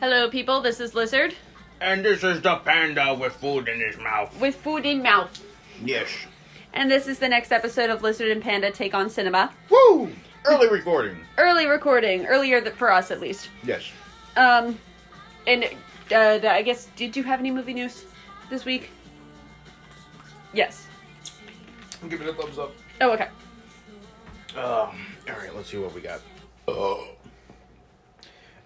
Hello, people. This is Lizard And this is the panda with food in his mouth. with food in mouth, Yes. and this is the next episode of Lizard and Panda Take on Cinema. Woo! Early recording. Early recording, earlier th- for us at least. Yes. Um, and uh, I guess did you have any movie news this week? Yes. I'm giving a thumbs up. Oh, okay. Um, all right, let's see what we got. Oh.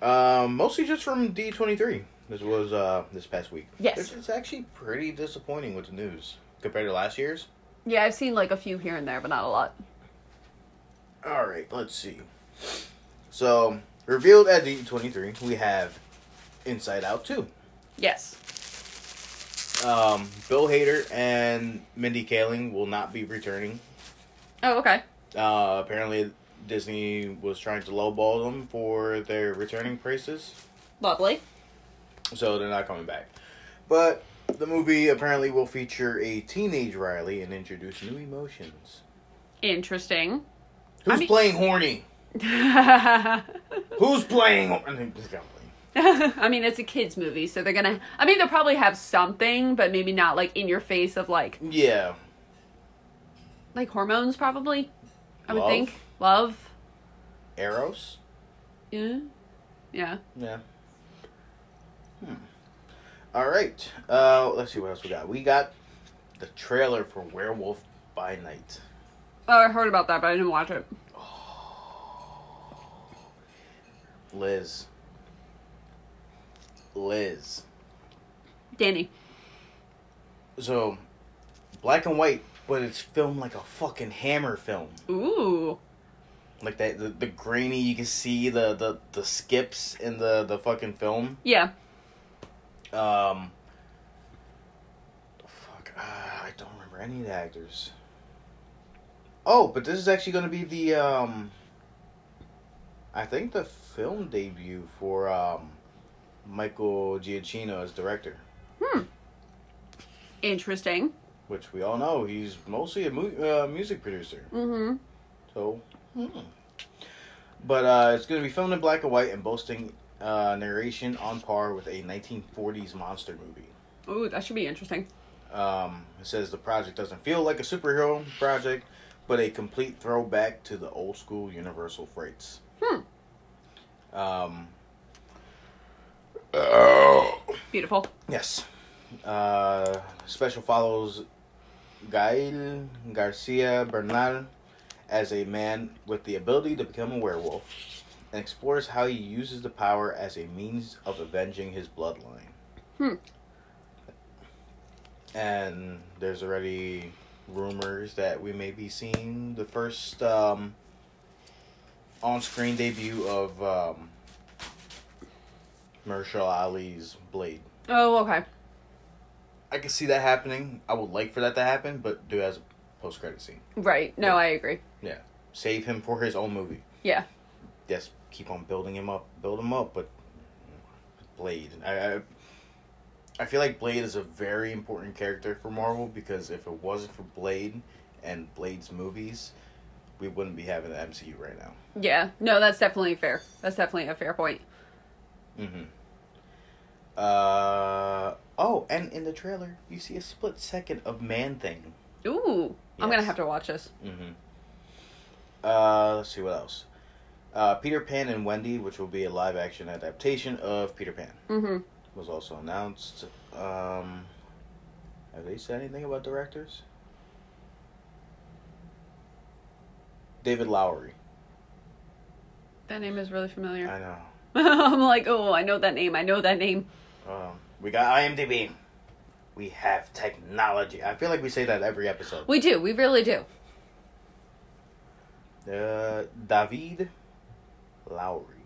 Um, mostly just from D23. This was uh this past week. Yes. Which is actually pretty disappointing with the news compared to last year's. Yeah, I've seen like a few here and there, but not a lot. All right, let's see. So revealed at D23, we have Inside Out 2. Yes. Um, Bill Hader and Mindy Kaling will not be returning Oh, okay. Uh, apparently, Disney was trying to lowball them for their returning prices, Lovely. so they're not coming back. But the movie apparently will feature a teenage Riley and introduce new emotions. Interesting. Who's mean- playing horny? Who's playing? hor- I mean, please don't play. I mean, it's a kids movie, so they're gonna. I mean, they'll probably have something, but maybe not like in your face of like Yeah, like hormones, probably. I would Love? think love. Eros. Yeah. Yeah. Yeah. Hmm. All right. Uh, let's see what else we got. We got the trailer for Werewolf by Night. Oh, I heard about that, but I didn't watch it. Liz. Liz. Danny. So, black and white, but it's filmed like a fucking hammer film. Ooh. Like that, the, the grainy. You can see the the the skips in the the fucking film. Yeah. Um. Fuck, uh, I don't remember any of the actors. Oh, but this is actually going to be the um. I think the film debut for um, Michael Giacchino as director. Hmm. Interesting. which we all know he's mostly a mu- uh, music producer. Mm-hmm. So, hmm. but uh, it's going to be filmed in black and white and boasting uh, narration on par with a 1940s monster movie. Ooh, that should be interesting. Um, it says the project doesn't feel like a superhero project, but a complete throwback to the old school Universal freights. Hmm. Um, Beautiful. Yes. Uh, special follows Gael Garcia Bernal as a man with the ability to become a werewolf and explores how he uses the power as a means of avenging his bloodline. Hmm. And there's already rumors that we may be seeing the first um, on screen debut of um, Marshall Ali's Blade. Oh, okay. I can see that happening. I would like for that to happen, but do it as a post credit scene. Right. No, Yeah. I agree. Yeah. Save him for his own movie. Yeah. Yes, keep on building him up, build him up, but Blade. I, I I feel like Blade is a very important character for Marvel because if it wasn't for Blade and Blade's movies, we wouldn't be having the MCU right now. Yeah. No, that's definitely fair. That's definitely a fair point. Mm-hmm. Uh oh, and in the trailer, you see a split second of Man Thing. Ooh. I'm gonna Yes. have to watch this. Mm-hmm. Uh, let's see what else. Uh, Peter Pan and Wendy, which will be a live action adaptation of Peter Pan, Mm-hmm. was also announced. Um, have they said anything about directors? David Lowery. That name is really familiar. I know. I'm like, oh, I know that name. I know that name. Um, we got IMDb. We have technology. I feel like we say that every episode. We do. We really do. Uh, David Lowry.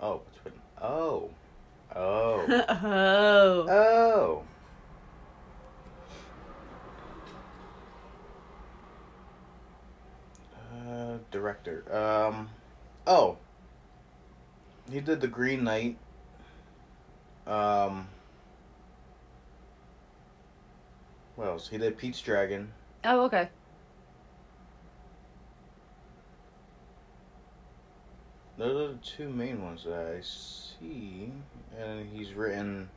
Low- Oh, it's written. Oh. Oh. oh. oh. Uh, director. Um. Oh. He did the Green Knight. Um. What else? He did Pete's Dragon. Oh, okay. Those are the two main ones that I see, and he's written.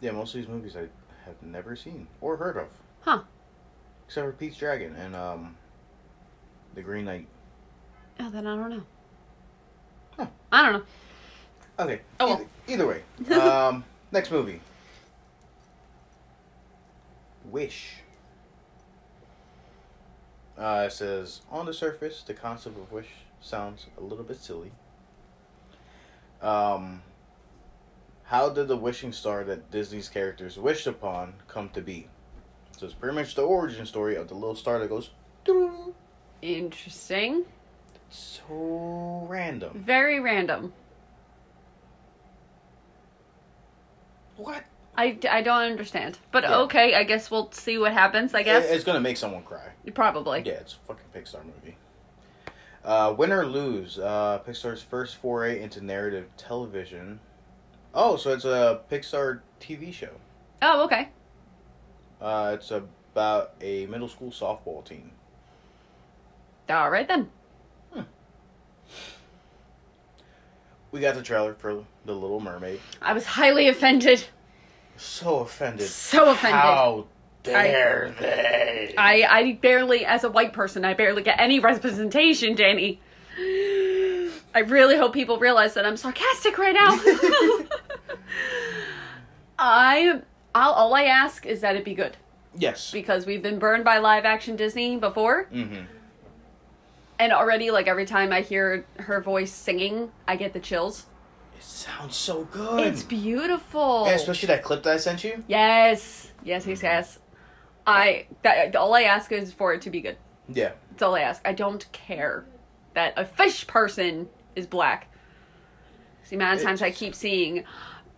Yeah, most of these movies I have never seen or heard of. Huh. Except for Pete's Dragon and um, The Green Knight. Oh, then I don't know. Huh. I don't know. Okay. Oh, well. Either, either way. Um, next movie. Wish. Uh, it says on the surface, the concept of wish sounds a little bit silly. Um, how did the wishing star that Disney's characters wished upon come to be? So it's pretty much the origin story of the little star that goes. "Doo." Interesting. So random. Very random. What? I, I don't understand. But Yeah. okay, I guess we'll see what happens, I It- guess. it's gonna make someone cry. Probably. Yeah, it's a fucking Pixar movie. Uh, win or lose, uh, Pixar's first foray into narrative television. Oh, so it's a Pixar TV show. Oh, okay. Uh, it's about a middle school softball team. All right then. We got the trailer for The Little Mermaid. I was highly offended. So offended. So offended. How dare they? I, I barely, as a white person, I barely get any representation, Danny. I really hope people realize that I'm sarcastic right now. I, I'll, all I ask is that it be good yes. because we've been burned by live action Disney before, Mm-hmm. and already like every time I hear her voice singing, I get the chills. It sounds so good. It's beautiful. Yeah, especially that clip that I sent you. yes, yes, yes, yes. I that all I ask is for it to be good. Yeah. That's all I ask. I don't care that a fish person is black. It's the amount of times I keep seeing,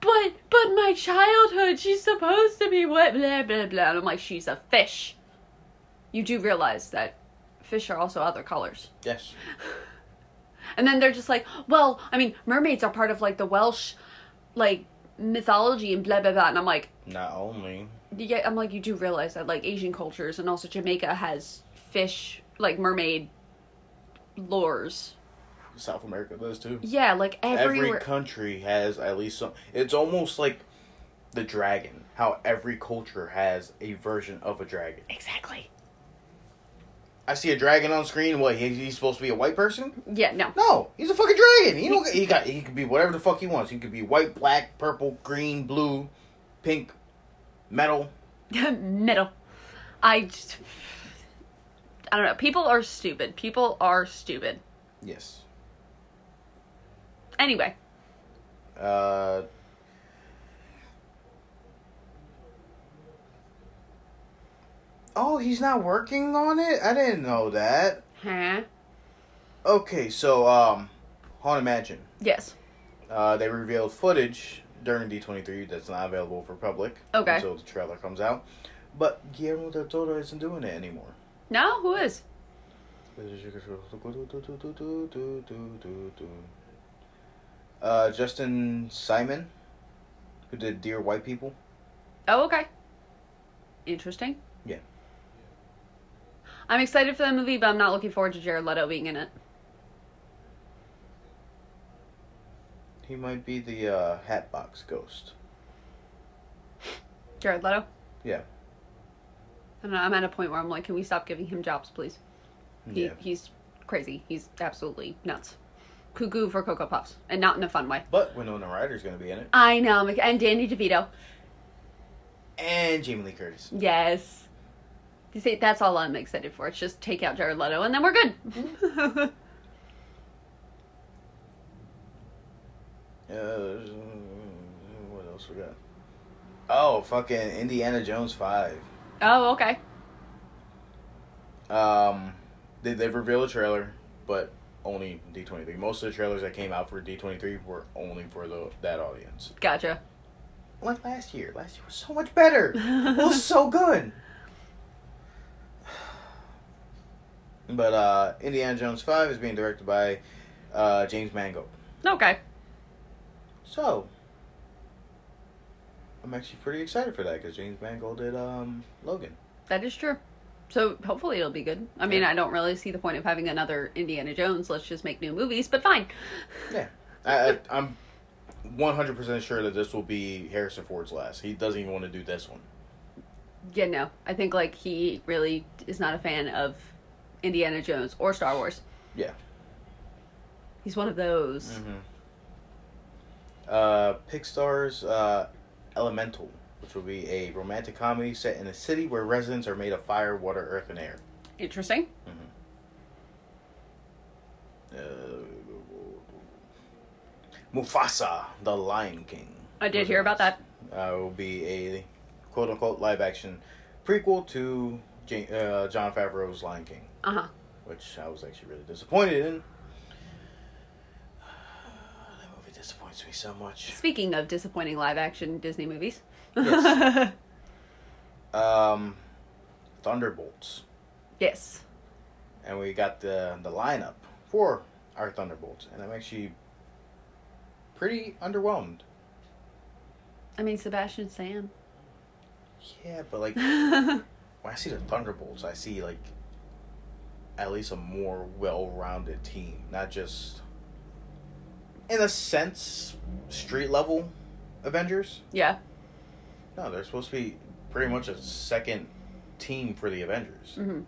but but my childhood, she's supposed to be what blah blah blah. And I'm like, she's a fish. You do realize that fish are also other colors. Yes. And then they're just like, well, I mean, mermaids are part of like the Welsh, like mythology and blah blah blah. And I'm like, Not only. you get- I'm like, you do realize that like Asian cultures and also Jamaica has fish, like mermaid lores. South America does too. Yeah, like everywhere. every country has at least some it's almost like the dragon how every culture has a version of a dragon exactly. i see a dragon on screen what he, he's supposed to be a white person Yeah, no. no he's a fucking dragon he don't he got he could be whatever the fuck he wants he could be white black purple green blue pink metal Middle. I just. I don't know. People are stupid. People are stupid. yes Anyway, uh Oh, he's not working on it? I didn't know that. huh? Okay, so um, Haunted Mansion. Yes. Uh, they revealed footage during D23 that's not available for public. Okay. Until the trailer comes out, but Guillermo del Toro isn't doing it anymore. No, who is? Uh, Justin Simon, who did Dear White People. Oh, okay. Interesting. Yeah. I'm excited for that movie, but I'm not looking forward to Jared Leto being in it. He might be the uh, Hatbox Ghost. Jared Leto. Yeah. I don't know. I'm at a point where I'm like, can we stop giving him jobs, please? He, Yeah. He's crazy. He's absolutely nuts. Cuckoo for Cocoa Puffs, and not in a fun way. But Winona Ryder's gonna be in it, I know, I'm like- and Danny DeVito. and Jamie Lee Curtis. Yes. You see, that's all I'm excited for. It's just take out Jared Leto, and then we're Mm-hmm. good. Uh, what else we got? Oh, fucking Indiana Jones Five. oh, okay. Um, they they revealed a trailer, but only D twenty three. Most of the trailers that came out for D twenty three were only for the that audience. Gotcha. Like last year, last year was so much better. it was so good. But uh, Indiana Jones Five is being directed by uh, James Mangold. Okay. So, I'm actually pretty excited for that because James Mangold did um Logan. That is true. So hopefully it'll be good. I mean, Yeah. I don't really see the point of having another Indiana Jones. Let's just make new movies, but fine. Yeah, I, I, I'm 100 percent sure that this will be Harrison Ford's last. He doesn't even want to do this one. Yeah, no. I think like he really is not a fan of Indiana Jones or Star Wars. Yeah. Mm-hmm. He's one of those. Uh, Pixar's uh, Elemental, which will be a romantic comedy set in a city where residents are made of fire, water, earth, and air. Interesting. Uh, Mufasa, the Lion King. I did hear about that. Uh, will be a quote unquote live action prequel to Jan- uh, John Favreau's Lion King, Uh huh. which I was actually really disappointed in. that movie disappoints me so much. Speaking of disappointing live action Disney movies. Yes. Um, Thunderbolts. yes. and we got the the lineup for our Thunderbolts, and I'm actually pretty underwhelmed. I mean, Sebastian Stan. Yeah, but like when I see the Thunderbolts, I see like at least a more well-rounded team, not just in a sense street level Avengers. yeah. No, they're supposed to be pretty much a second team for the Avengers. hmm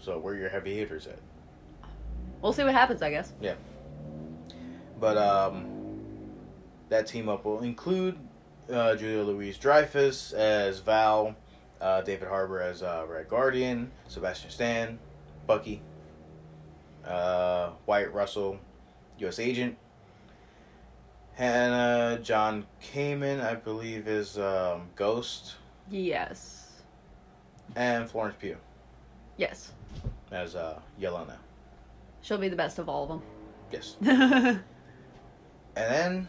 So where are your heavy hitters at? We'll see what happens, I guess. Yeah. But um, that team up will include uh, Julia Louise Dreyfus as Val, uh, David Harbour as uh, Red Guardian, Sebastian Stan, Bucky, uh, Wyatt Russell, U.S. Agent, Hannah John Kamen, I believe, is um, Ghost, Yes. and Florence Pugh Yes. as uh, Yelena. She'll be the best of all of Yes. them. And then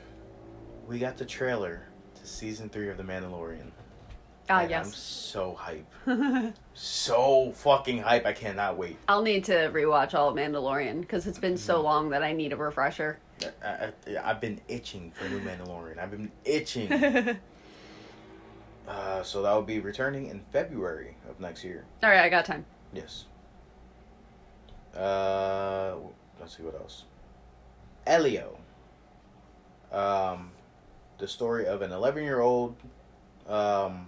we got the trailer to season three of The Mandalorian. ah, And I'm yes. so hype. so fucking hype. I cannot wait. I'll need to rewatch all of Mandalorian because it's been Mm-hmm. so long that I need a refresher. I, I, I've been itching for new Mandalorian. I've been itching. All uh, so that will be returning in February of next year. right, I got time. Yes. Uh, let's see what else. Elio. Um, the story of an 11 year old. Um,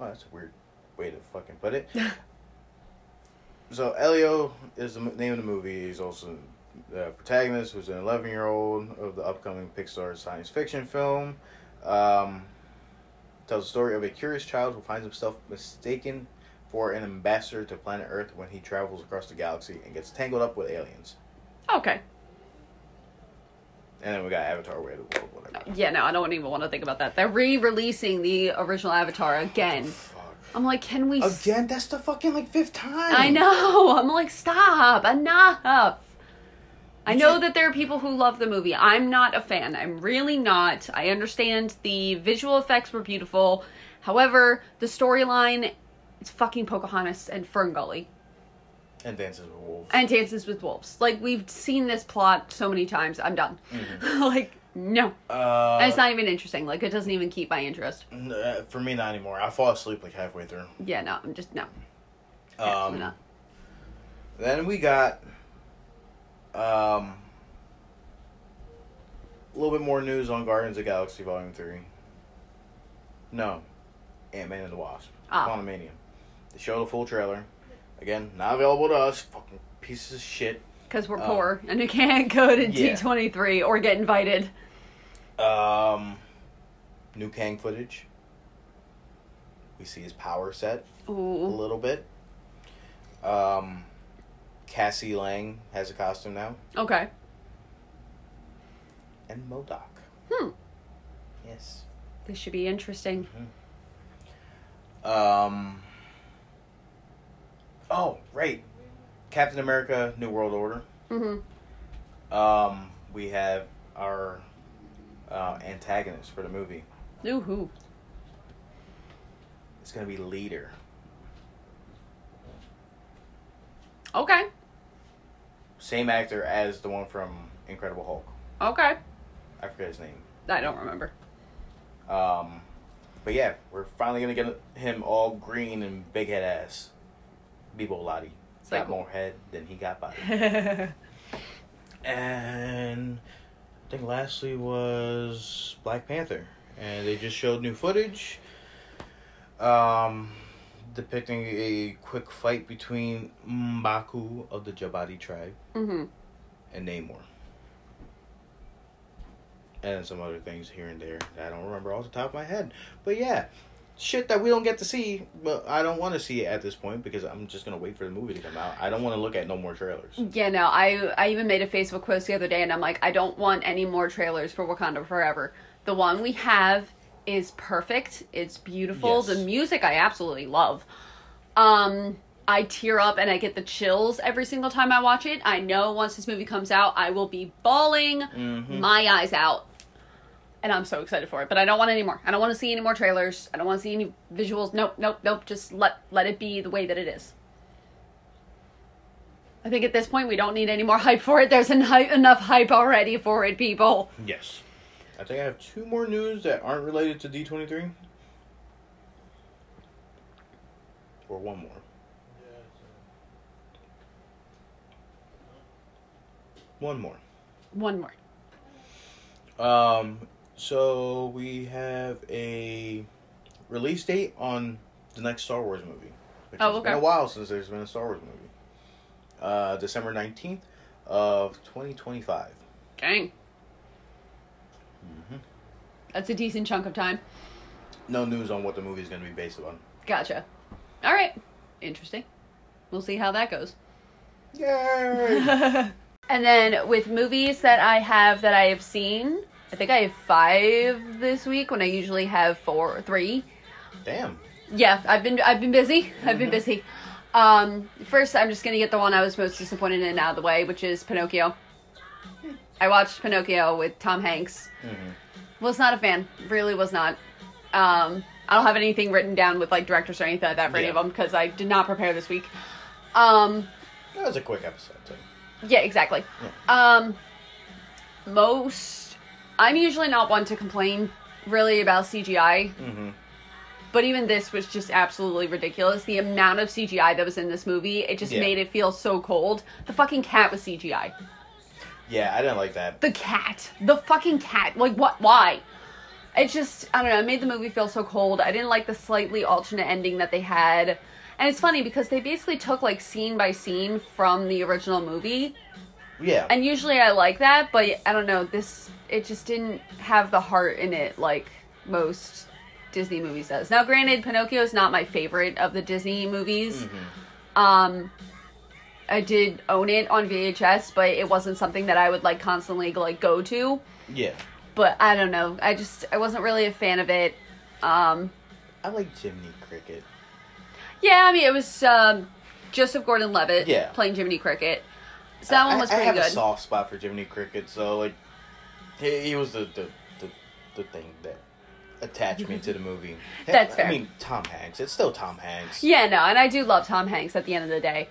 oh, that's a weird way to fucking put it. so, Elio is the m- name of the movie. He's also the protagonist, who's an 11 year old of the upcoming Pixar science fiction film. Um, tells the story of a curious child who finds himself mistaken for an ambassador to planet Earth when he travels across the galaxy and gets tangled up with aliens. Okay. And then we got Avatar Way of the World, whatever. Yeah, no, I don't even want to think about that. They're re-releasing the original Avatar again. Fuck. I'm like, can we? s- Again, that's the fucking like fifth time. I know. I'm like, stop, enough. I You know should- that there are people who love the movie. I'm not a fan. I'm really not. I understand the visual effects were beautiful. However, the storyline, it's fucking Pocahontas and Ferngully. And Dances with Wolves. and dances with wolves. Like we've seen this plot so many times. I'm done. like no, Mm-hmm. Uh, and it's not even interesting. Like it doesn't even keep my interest. n- uh, for me, not anymore. I fall asleep like halfway through. Yeah, no, I'm just no. Um, Absolutely not. Then we got um, a little bit more news on Guardians of the Galaxy Volume 3. No, Ant Man and the Wasp. Ah. Quantumania. They showed a full trailer. Again, not available to us. Fucking pieces of shit. Because we're um, poor and we can't go to yeah. D23 or get invited. Um, new Kang footage. We see his power set a Ooh, little bit. Um, Cassie Lang has a costume now. okay. And Modoc. Hmm. Yes. This should be interesting. Um. Oh, right. Captain America: New World Order. hmm Um, we have our uh, antagonist for the movie. Ooh, hoo. It's gonna be Leader. okay, Same actor as the one from Incredible Hulk. okay. I forget his name. I don't remember. Um, But yeah, we're finally gonna get him all green and big head ass. Bebo Lottie It's got like- more head than he got body. yeah, And I think lastly was Black Panther, and they just showed new footage, um, depicting a quick fight between Mbaku of the Jabati tribe Mhm. and Namor, and some other things here and there that I don't remember off the top of my head. But yeah, shit that we don't get to see, but I don't want to see it at this point because I'm just gonna wait for the movie to come out. I don't want to look at no more trailers. no, I I even made a Facebook post the other day, and I'm like, I don't want any more trailers for Wakanda Forever. The one we have is perfect. It's beautiful. Yes. The music I absolutely love. Um, I tear up and I get the chills every single time I watch it. I know once this movie comes out, I will be bawling Mhm. my eyes out. And I'm so excited for it, but I don't want any more. I don't want to see any more trailers. I don't want to see any visuals. Nope, nope, nope. Just let let it be the way that it is. I think at this point we don't need any more hype for it. There's en- hy- enough hype already for it, people. Yes. I think I have two more news that aren't related to D23. Or one more. One more. One more. Um, so we have a release date on the next Star Wars movie. Which Oh, has been okay. a while since there's been a Star Wars movie. Uh, December 19th of 2025. Dang. That's a decent chunk of time. No news on what the movie is going to be based on. Gotcha. All right. Interesting. We'll see how that goes. Yay! And then with movies that I have that I have seen, I think I have five this week when I usually have four or three. Damn. Yeah, I've been I've been busy. I've been busy. Um, first, I'm just gonna get the one I was most disappointed in out of the way, which is Pinocchio. I watched Pinocchio with Tom Hanks. Was not a fan. Really was not. Um, I don't have anything written down with like directors or anything like that for any Yeah. of them because I did not prepare this week. Um, That was a quick episode, too. yeah, exactly. Um, most. I'm usually not one to complain really about CGI, Mm-hmm. but even this was just absolutely ridiculous. The amount of CGI that was in this movie, it just Yeah. made it feel so cold. The fucking cat was CGI. Yeah, I didn't like that. The cat. The fucking cat. Like, what? Why? It just, I don't know, it made the movie feel so cold. I didn't like the slightly alternate ending that they had. And it's funny because they basically took like scene by scene from the original movie Yeah. and usually I like that, but I don't know. This it just didn't have the heart in it like most Disney movies does. Now, granted, Pinocchio is not my favorite of the Disney movies. Mm-hmm. Um, I did own it on VHS, but it wasn't something that I would like constantly like go to. yeah. But I don't know. I just I wasn't really a fan of it. Um, I like Jiminy Cricket. yeah, I mean it was um, Joseph Gordon-Levitt Yeah. playing Jiminy Cricket. So that one was I, I pretty have good. a soft spot for Jiminy Cricket, so, like, he, he was the, the, the, the thing that attached me to the movie. That's I fair. mean, Tom Hanks. It's still Tom Hanks. Yeah, no, and I do love Tom Hanks at the end of the day.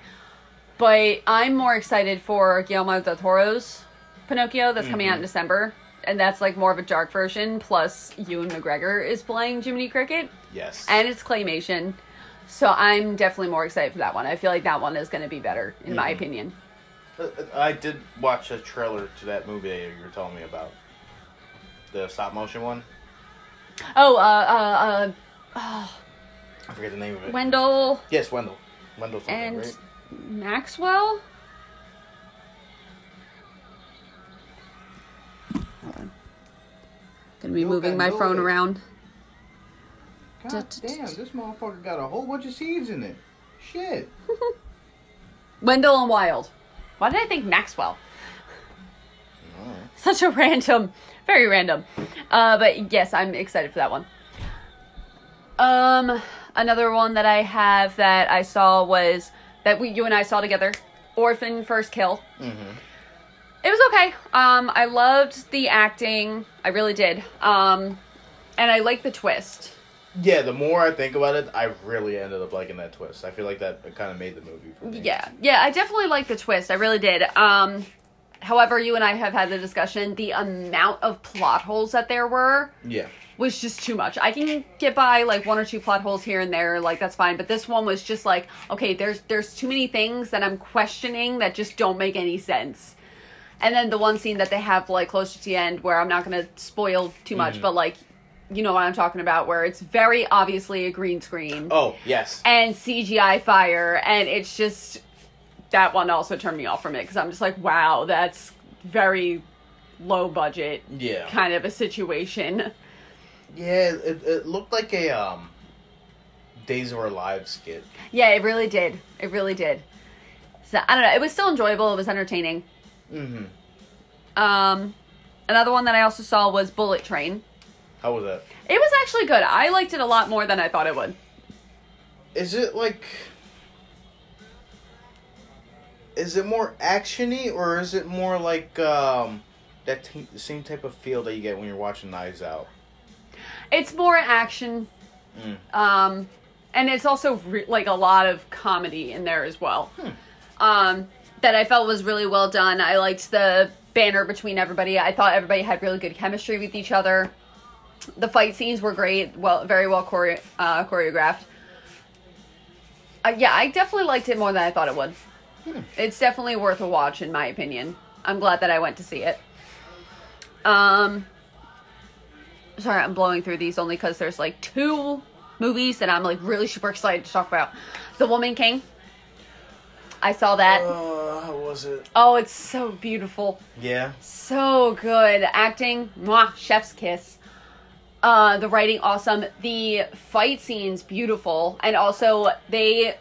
But I'm more excited for Guillermo del Toro's Pinocchio that's coming out in December. And that's like more of a dark version. Plus, Ewan McGregor is playing Jiminy Cricket, Yes. and it's claymation. So I'm definitely more excited for that one. I feel like that one is going to be better, in my Mhm. opinion. Uh, uh, I did watch a trailer to that movie that you were telling me about. The stop motion one. Oh, uh, uh, uh, oh, I forget the name of it. Wendell yes, Wendell. Wendell something, and right? Maxwell. Hold on. Gonna be Yo, moving my Wendell, phone it- around. God damn, this motherfucker got a whole bunch of seeds in it. Shit. Wendell and Wild. Why did I think Maxwell? Alright. Such a random, very random. Uh, but yes, I'm excited for that one. Um, another one that I have that I saw was that we, you and I saw together, Orphan First Kill. It was okay. Um, I loved the acting. I really did. Um, and I like the twist. Yeah, the more I think about it, I really ended up liking that twist. I feel like that kind of made the movie for me. Yeah, yeah, I definitely liked the twist. I really did. Um, However, you and I have had the discussion. The amount of plot holes that there were Yeah. was just too much. I can get by like one or two plot holes here and there, like that's fine. But this one was just like, okay, there's there's too many things that I'm questioning that just don't make any sense. And then the one scene that they have like close to the end, where I'm not gonna spoil too much, Mhm. but like, you know what I'm talking about, where it's very obviously a green screen Oh yes. and CGI fire, and it's just that one also turned me off from it because I'm just like, wow, that's very low budget yeah. kind of a situation. Yeah. It, it looked like a um, Days of Our Lives skit. Yeah, it really did. It really did. So I don't know. It was still enjoyable. It was entertaining. Mm-hmm. Um, another one that I also saw was Bullet Train. How was that? It was actually good. I liked it a lot more than I thought it would. Is it like? Is it more actiony or is it more like um, that t- same type of feel that you get when you're watching Knives Out? It's more action, Mm. um, and it's also re- like a lot of comedy in there as well. Um, that I felt was really well done. I liked the banner between everybody. I thought everybody had really good chemistry with each other. The fight scenes were great. Well, very well chore- uh, choreographed. Uh, yeah, I definitely liked it more than I thought it would. It's definitely worth a watch, in my opinion. I'm glad that I went to see it. Um, sorry, I'm blowing through these only because there's like two movies that I'm like really super excited to talk about. The Woman King. I saw that. Uh, how was it? oh, it's so beautiful, Yeah. so good acting. Mwah, chef's kiss. Uh, the writing awesome. The fight scenes beautiful, and also they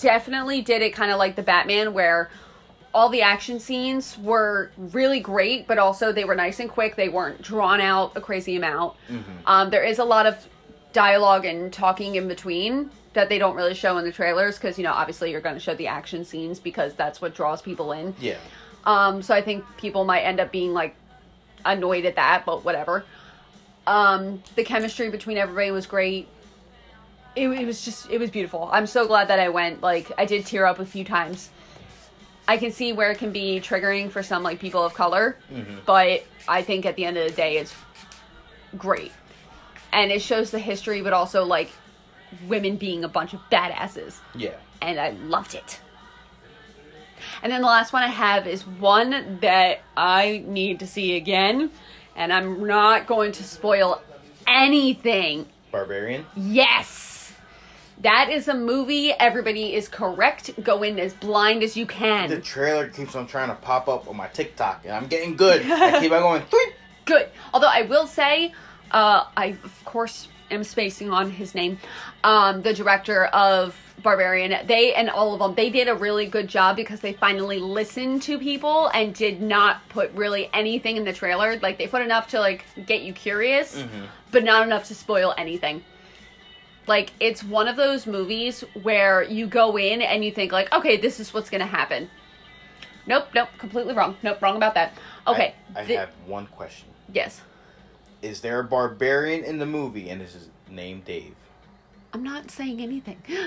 definitely did it kind of like the Batman where. All the action scenes were really great, but also they were nice and quick. They weren't drawn out a crazy amount. Um, there is a lot of dialogue and talking in between that they don't really show in the trailers because, you know, obviously you're going to show the action scenes because that's what draws people in. Yeah. Um, so I think people might end up being like annoyed at that, but whatever. Um, the chemistry between everybody was great. It, it was just, it was beautiful. I'm so glad that I went. Like, I did tear up a few times. I can see where it can be triggering for some like people of color, but I think at the end of the day, it's great, and it shows the history, but also like women being a bunch of badasses Yeah. and I loved it. And then the last one I have is one that I need to see again, and I'm not going to spoil anything. Barbarian. Mm-hmm. Yes! That is a movie. Everybody is correct. Go in as blind as you The can. trailer keeps on trying to pop up on my TikTok, and I'm getting good. I keep on going. Thwip. Good. Although I will say, uh, I of course am spacing on his name. Um, the director of Barbarian, they and all of them, they did a really good job because they finally listened to people and did not put really anything in the trailer. Like they put enough to like get you curious, Mm-hmm. but not enough to spoil anything. Like it's one of those movies where you go in and you think like, okay, this is what's gonna happen. Nope, nope, completely wrong. Nope, wrong about that. Okay, I, I thi- have one question. yes. Is there a barbarian in the movie, and is his name Dave? I'm not saying anything.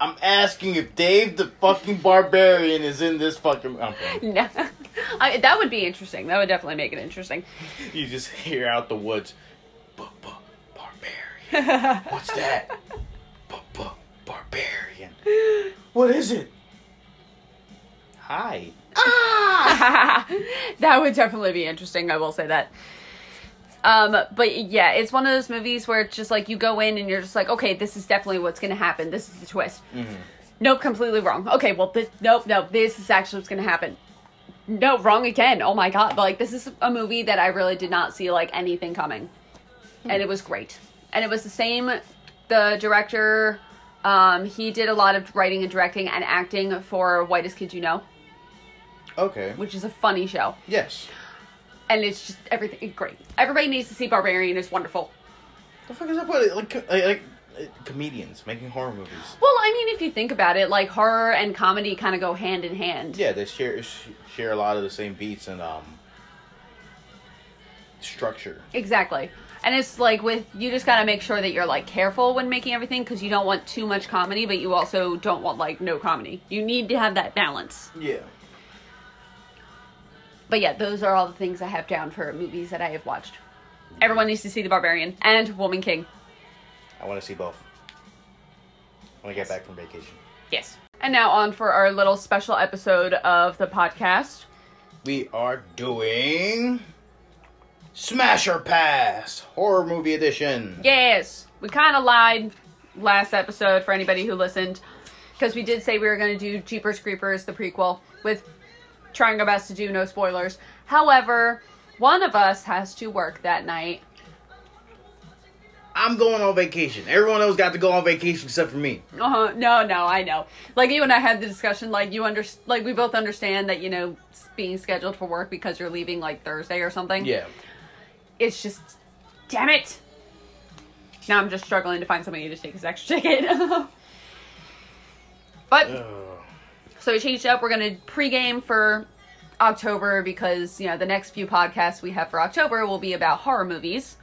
I'm asking if Dave the fucking barbarian is in this fucking. I'm kidding. no. I, that would be interesting. That would definitely make it interesting. you just hear out the woods. "Ba-ba, Barbarian. I What's that? Ba-ba, Barbarian. What is it? Hi. that would definitely be interesting. I will say that. Um, but yeah, it's one of those movies where it's just like you go in and you're just like, okay, this is definitely what's going to happen. This is the twist. Nope, completely wrong. Okay, well, this, nope, nope, this is actually what's going to happen. No, wrong again. Oh my god! Like this is a movie that I really did not see like anything coming, and it was great. And it was the same. The director, um, he did a lot of writing and directing and acting for Whitest Kids You Know, Okay. which is a funny show Yes. and it's just everything great. Everybody needs to see Barbarian. It's wonderful. The fuck is up with it? Like, co- like, like uh, comedians making horror movies. Well, I mean, if you think about it, like horror and comedy kind of go hand in hand. Yeah, they share sh- share a lot of the same beats and um structure. Exactly. And it's like with you just got to make sure that you're like careful when making everything because you don't want too much comedy, but you also don't want like no comedy. You need to have that balance. Yeah. But yeah, those are all the things I have down for movies that I have watched. Everyone needs to see The Barbarian and Woman King. I want to see both. When I get back from vacation, Yes. And now on for our little special episode of the podcast. we are doing Smasher Pass horror movie edition. Yes, we kind of lied last episode for anybody who listened because we did say we were going to do Jeepers Creepers, the prequel, with trying our best to do no spoilers. However, one of us has to work that night. I'm going on vacation. Everyone else got to go on vacation except for me. Uh-huh. No, no, I know. Like you and I had the discussion. Like you under, like we both understand that you know s- being scheduled for work because you're leaving like Thursday or something. Yeah. It's just, damn it. Now I'm just struggling to find somebody to take his extra ticket. but Ugh. so we changed it up. We're gonna pregame for October because you know the next few podcasts we have for October will be about horror movies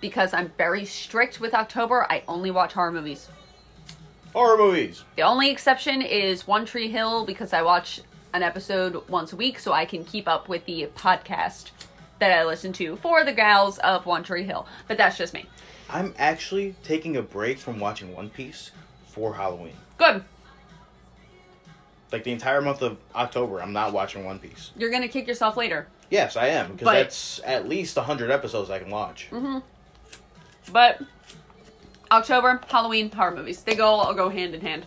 because I'm very strict with October. I only watch horror movies. Horror movies. The only exception is One Tree Hill because I watch an episode once a week so I can keep up with the podcast that I listen to for the gals of One Tree Hill. But that's just me. I'm actually taking a break from watching One Piece for Halloween. Good. Like the entire month of October, I'm not watching One Piece. You're going to kick yourself later. Yes, I am because But- Mm-hmm. that's at least hundred episodes I can watch. But October, Halloween, horror movies. They go all go hand in hand.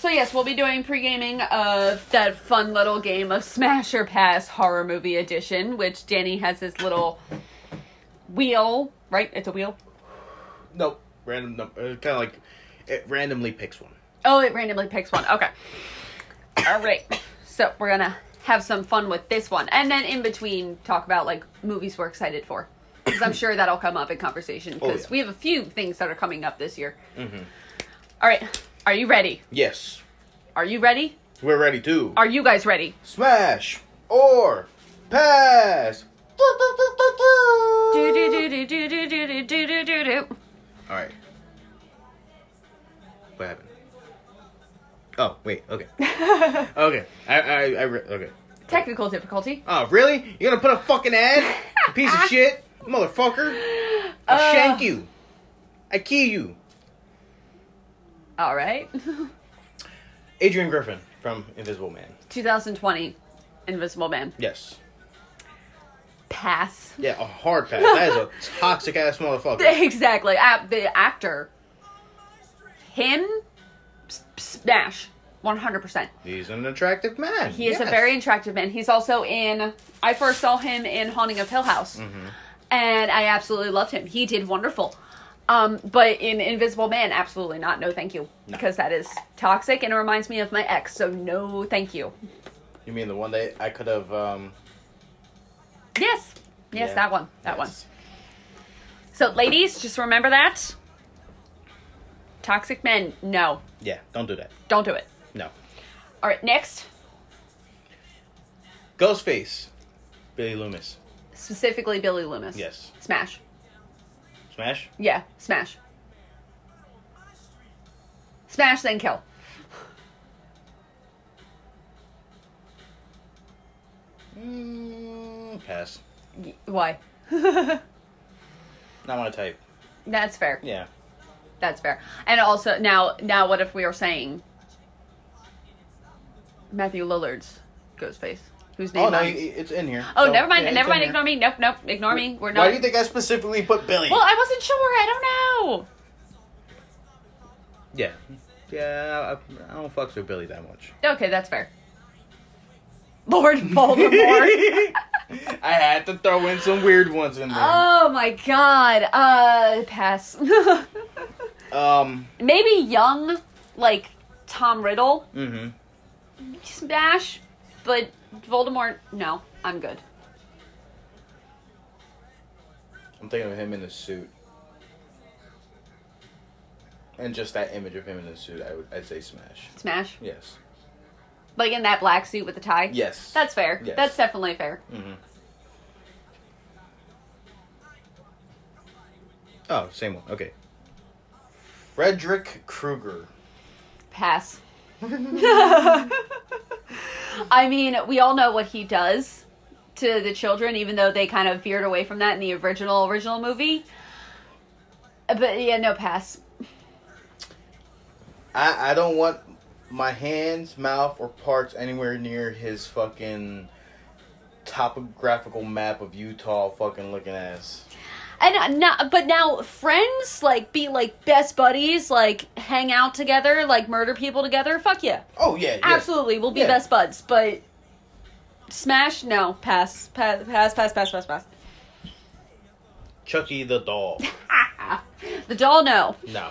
So yes, we'll be doing pre-gaming of that fun little game of Smash or Pass horror movie edition, which Danny has his little wheel, right? It's a wheel. Nope. Random, num- uh, kind of like it randomly picks one. Oh, it randomly picks one. Okay. All right. So we're gonna have some fun with this one, and then in between, talk about like movies we're excited for, because I'm sure that'll come up in conversation. Oh, Because yeah. Mm-hmm. we have a few things that are coming up this year. All right. Are you ready? Yes, Are you ready? we're ready to Are you guys ready? smash or pass. Do do do do do do do do do do do do. All right. What happened? Oh wait. Okay. okay. I I, I re- okay. Technical difficulty. Oh really? You're gonna put a fucking ad? Piece of shit, motherfucker! I Uh. shank you. I kill you. All right. Adrian Griffin from Invisible Man. 2020, Invisible Man. Yes. Pass. Yeah, a hard pass. That is a toxic ass motherfucker. Exactly. A- the actor. Him, s- smash. 100%. He's an attractive man. He is a very attractive man. He's also in, I first saw him in Haunting of Hill House. Mm-hmm. And I absolutely loved him. He did wonderful. Um, but in Invisible Man, absolutely not. No, thank you. No. Because that is toxic and it reminds me of my ex. So, no, thank you. You mean the one that I could have? um Yes. Yes, yeah. that one. That one. Yes. So, ladies, just remember that. Toxic men, no. Yeah, don't do that. Don't do it. No. All right, next. Ghostface, Billy Loomis. specifically Billy Loomis. Yes. Smash. Smash. Yeah, smash. Smash then kill. Mm, pass. Y- Why? Not my type. That's fair. Yeah. That's fair. And also now now what if we are saying Matthew Lillard's Ghostface, whose name Oh no, I'm- i- it's in here. Oh, So, never mind. yeah, never it's mind. in Ignore here. me. Nope, nope. Ignore me. We're not. Why do you think I specifically put Billy? well, I wasn't sure. I don't know. yeah. Yeah, I, I don't fucks with Billy that much. Okay, that's fair. Lord Voldemort. I had to throw in some weird ones in there. oh my god. Uh, pass. Uh, um. maybe young, like Tom Riddle, hmm smash, but Voldemort, no, I'm good. I'm thinking of him in a suit. And just that image of him in a suit, I would I'd say smash. Smash, Yes. like in that black suit with the tie. Yes. that's fair. Yes. That's definitely fair. hmm Oh, same one. Okay. Frederick Krueger. Pass. I mean, we all know what he does to the children, even though they kind of veered away from that in the original original movie. Uh, But yeah, no pass. I, I don't want my hands, mouth, or parts anywhere near his fucking topographical map of Utah fucking looking ass. And uh, not, but now friends like be like best buddies, like hang out together, like murder people together. Fuck yeah, Oh yeah, yeah. absolutely, we'll be Yeah. best buds. But smash, no pass, pass, pass, pass, pass, pass, pass. Chucky the doll. Ah. The doll, no. No.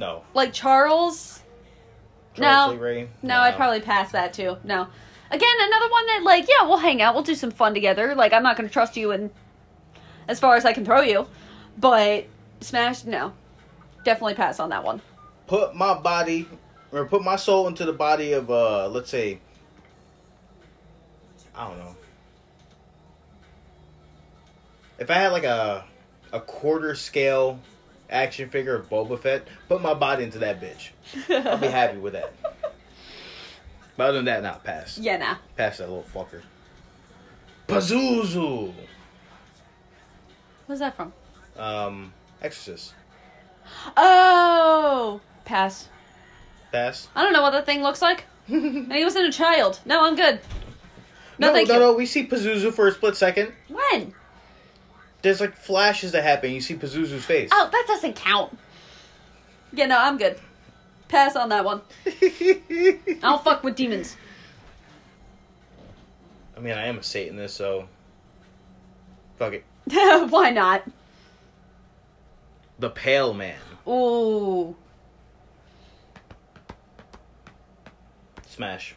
No. Like Charles, Charles No. Lee Ray? No, I'd probably pass that too. No. Again, another one that like, yeah, we'll hang out, we'll do some fun together. Like I'm not gonna trust you and as far as I can throw you. But Smash, no. Definitely pass on that one. put my body or put my soul into the body of uh let's say I don't know. If I had like a a quarter scale action figure of Boba Fett, put my body into that bitch. I'll be happy with that. But other than that, not pass. yeah, nah. Pass that little fucker. Pazuzu. Where's that from? Um, Exorcist. Oh pass. Pass. I don't know what that thing looks like. and he wasn't a child. No, I'm good. No, No, no, thank no, you. We see Pazuzu for a split second. When? There's like flashes that happen. You see Pazuzu's face. Oh, that doesn't count. Yeah, no, I'm good. Pass on that one. I I'll fuck with demons. mean, I am a Satanist, so fuck it. Why not? The Pale Man, Ooh. smash.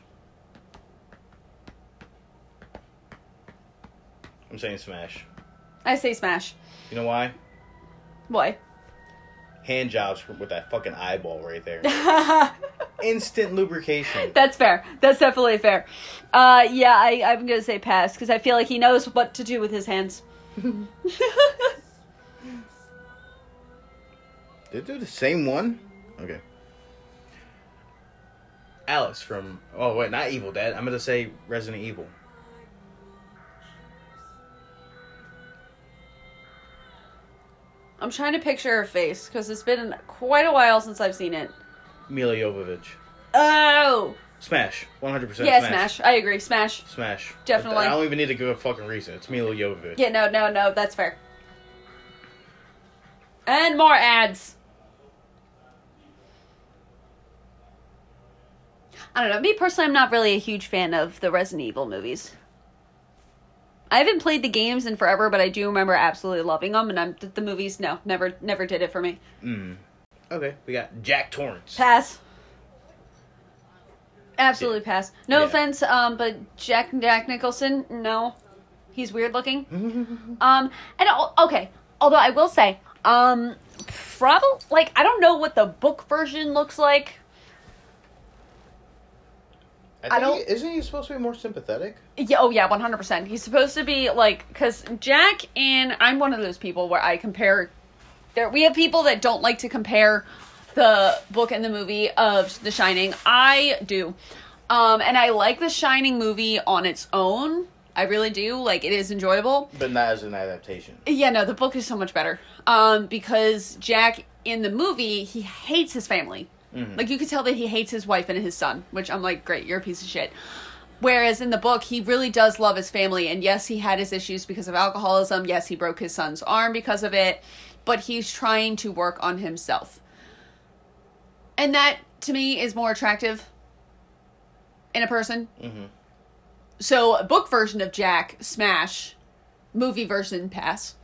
I'm saying smash. I say smash. You know why? Why? Hand jobs with that fucking eyeball right there. That's Instant lubrication. fair. That's definitely fair. Uh, yeah, I, I'm gonna say pass because I feel like he knows what to do with his hands. Did they do the same one? Okay. Alice from oh wait, not Evil Dead. I'm gonna say Resident Evil. I'm trying to picture her face because it's been quite a while since I've seen it. Mila Jovovich. Oh, Smash. 100% yeah, smash. I agree, smash. Smash. Definitely. I don't even need to give a fucking reason. It's Mila Jovovich. Yeah, no, no, no, that's fair. And more ads. I don't know. Me personally, I'm not really a huge fan of the Resident Evil movies. I haven't played the games in forever, but I do remember absolutely loving them. And I'm the the movies, no, never, never did it for me. Mm. Okay, we got Jack Torrance. Pass. Absolutely pass. No Yeah. offense, um, but Jack Jack Nicholson, no, he's weird looking. Um, and al- okay, although I will say, um, probably like I don't know what the book version looks like. think I don't- he- isn't he supposed to be more sympathetic? Yeah, oh yeah, one hundred percent. He's supposed to be like because Jack and I'm one of those people where I compare. There we have people that don't like to compare the book and the movie of The Shining. I do, um, and I like The Shining movie on its own. I really do. Like it is enjoyable. But not as an adaptation. Yeah, no, the book is so much better. Um, because Jack in the movie, he hates his family. Like you could tell that he hates his wife and his son, which I'm like, great, you're a piece of shit. Whereas in the book, he really does love his family, and yes, he had his issues because of alcoholism. Yes, he broke his son's arm because of it, but he's trying to work on himself, and that to me is more attractive in a person. Mhm. So, book version of Jack smash, movie version pass.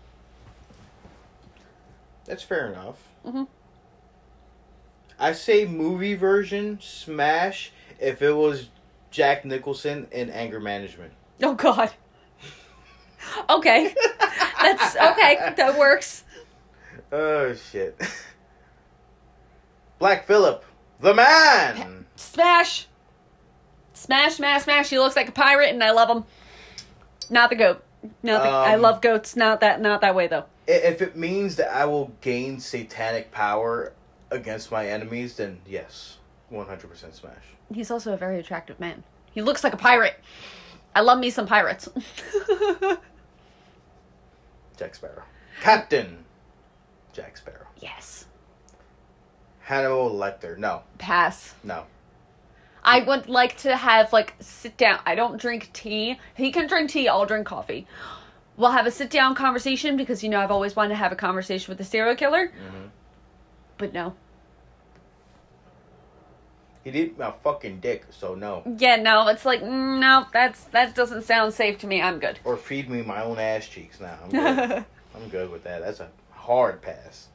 That's fair enough. Mm-hmm. I say movie version smash if it was Jack Nicholson in Anger Management. Oh God. Okay, that's okay. That works. Oh shit. Black Phillip, the man. Smash, smash, smash, smash. He looks like a pirate, and I love him. Not the goat. Not the, I Um, love goats. Not that. Not that way though. I- If it means that I will gain satanic power against my enemies, then yes. One hundred percent Smash. He's also a very attractive man. He looks like a pirate. I love me some pirates. Jack Sparrow. Captain. Jack Sparrow. yes. Hannibal Lecter. No, Pass. no. I would like to have like sit down. I don't drink tea. He can drink tea. I'll drink coffee. We'll have a sit down conversation because you know I've always wanted to have a conversation with the serial killer. But no. He did a fucking dick, so no. Yeah, no. It's like mm, no. That's that doesn't sound safe to me. I'm good. Or feed me my own ass cheeks. Now I'm good. I'm good with that. That's a hard pass.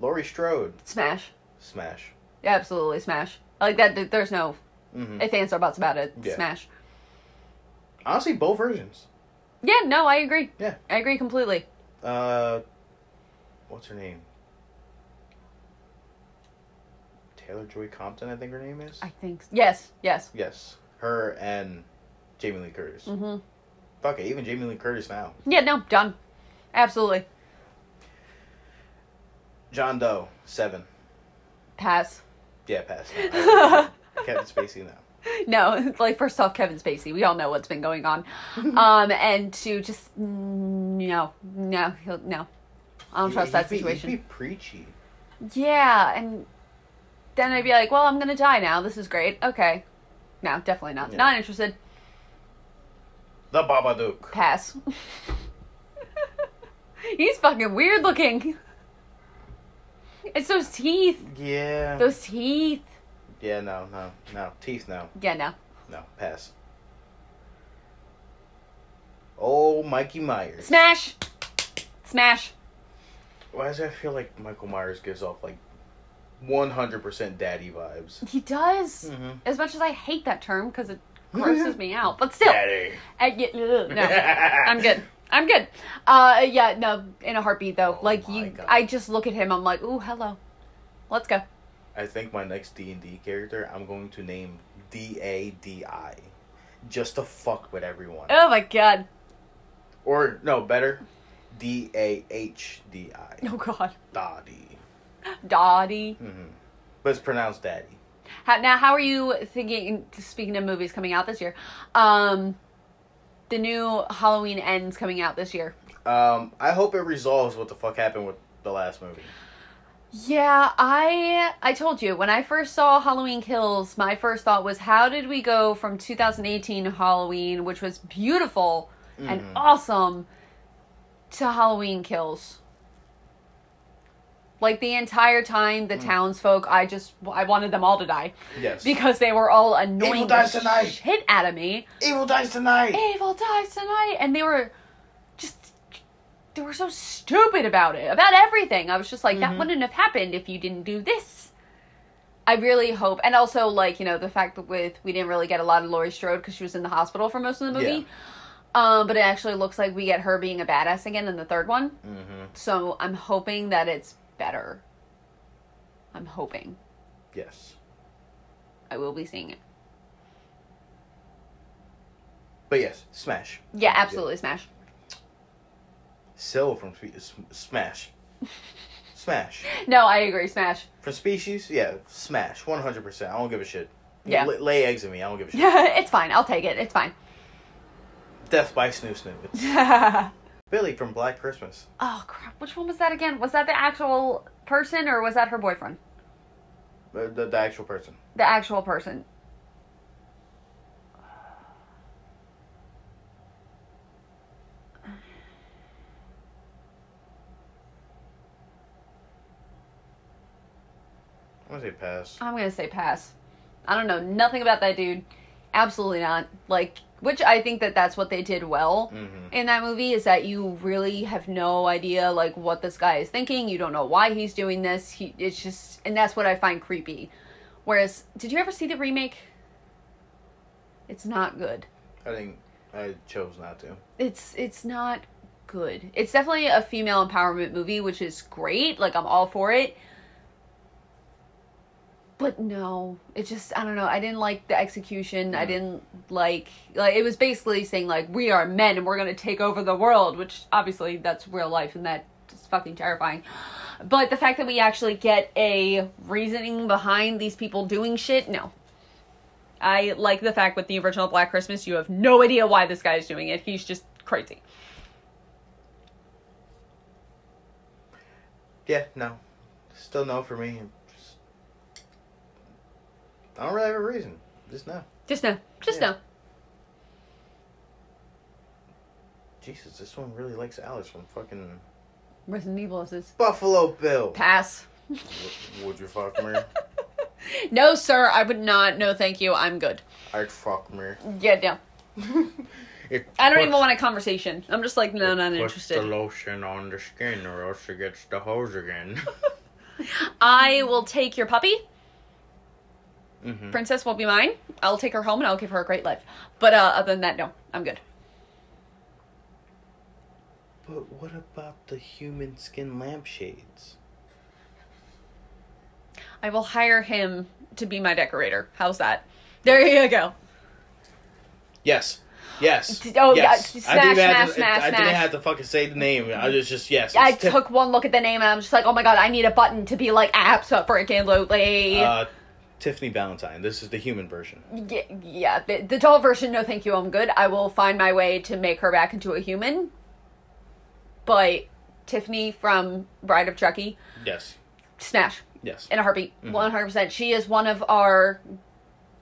Laurie Strode. Smash. Smash. Yeah, absolutely smash. Like that. th- There's no hmm if ands or buts about it. Yeah. Smash. Honestly, both versions. Yeah. No, I agree. Yeah. I agree completely. Uh, what's her name? Taylor Joy Compton, I think her name is. I think yes. Yes. Yes, her and Jamie Lee Curtis. hmm Fuck it, even Jamie Lee Curtis now. Yeah. No. Done. Absolutely. John Doe, seven. Pass. Yeah, pass. I- Kevin Spacey now. No, it's like first off, Kevin Spacey. We all know what's been going on. Um, and to just mm, no, no, he'll no. I don't He- trust that he'd be- he'd situation. be preachy. Yeah, and then I'd be like, well, I'm gonna die now. This is great. Okay, no, definitely not. Yeah. Not interested. The Babadook. Pass. He's fucking weird looking. It's those teeth. Yeah. Those teeth. yeah, no, no, no. Teeth, no, Yeah, no. no. Pass. Oh, Mikey Myers. Smash. Smash. Why does I feel like Michael Myers gives off like 100% daddy vibes? He does. Mm-hmm. As much as I hate that term because it grosses me out, but still, Daddy. I get- ugh, no, I'm good. I'm good. Uh, yeah, no, in a heartbeat though. Oh like my you, God. I just look at him. I'm like, ooh, hello, let's go. I think my next D and D character, I'm going to name D A D I, just to fuck with everyone. Oh my god. Or no, better, D A H D I. Oh god. Daddy. Dottie. hmm But it's pronounced daddy. How, now, how are you thinking? Speaking of movies coming out this year, um, the new Halloween ends coming out this year. Um, I hope it resolves what the fuck happened with the last movie. Yeah, I I told you when I first saw Halloween Kills, my first thought was how did we go from 2018 Halloween, which was beautiful and Mhm. awesome, to Halloween Kills? Like the entire time, the townsfolk, I just I wanted them all to die Yes. because they were all annoying the dies tonight. shit out of me. Evil dies tonight. Evil dies tonight, and they were just they were so stupid about it, about everything. I was just like, that wouldn't have happened if you didn't do this. I really hope, and also like you know the fact that with we didn't really get a lot of Laurie Strode because she was in the hospital for most of the movie. Um, but it actually looks like we get her being a badass again in the third one. Mm-hmm. So I'm hoping that it's better. I'm hoping Yes. I will be seeing it. But yes, smash. Yeah, absolutely, Smash. Syl from Spe- S- Smash. Smash. No, I agree, Smash. For species, yeah, smash. 100%. I don't give a shit. Yeah. L- lay eggs in me. I don't give a shit. Yeah, it's fine. I'll take it. It's fine. Death by Snoo Snoo. It's Billy from Black Christmas. Oh crap! Which one was that again? Was that the actual person or was that her boyfriend? Uh, The, the actual person. The actual person. I'm going to say pass. I'm gonna say pass. I don't know nothing about that dude. Absolutely not. Like, which I think that that's what they did well Mm-hmm. in that movie is that you really have no idea like what this guy is thinking. You don't know why he's doing this. He it's just and that's what I find creepy. Whereas, did you ever see the remake? It's not good. I think I chose not to. it's it's not good. It's definitely a female empowerment movie, which is great. Like I'm all for it. But no, it just I don't know. I didn't like the execution. I Mm. didn't like like it was basically saying like we are men and we're going to take over the world, which obviously that's real life and that is fucking terrifying. But the fact that we actually get a reasoning behind these people doing shit, no. I like the fact with the original Black Christmas, you have no idea why this guy is doing it. He's just crazy. Yeah, no. Still no for me. Just- I don't really have a reason. Just no. Just no. Just Yeah. no. Jesus, this one really likes Alice from fucking Resident Evil is his. Buffalo Bill. Pass. W- Would you fuck me? No, sir, I would not. No, thank you. I'm good. I'd fuck me. Yeah, no. It I don't even puts- want a conversation. I'm just like, no, it not puts the interested. lotion on the skin, or else it gets the hose again. I will take your puppy. hmm Princess will be mine. I'll take her home and I'll give her a great life. But uh, other than that, no, I'm good. But what about the human skin lampshades? I will hire him to be my decorator. How's that? There you go. Yes. Yes. D- oh, yes. yeah, I didn't smash, even smash, have to, smash, I didn't smash. have to fucking say the name. I was just yes. I it's tip- took one look at the name and I'm just like, oh my god, I need a button to be like, absolutely. uh, Tiffany Valentine. This is the human version. Y- yeah, the, the doll version, no thank you, I'm good. I will find my way to make her back into a human. But Tiffany from Bride of Chucky, Yes. smash. Yes. in a heartbeat, Mhm. one hundred percent. She is one of our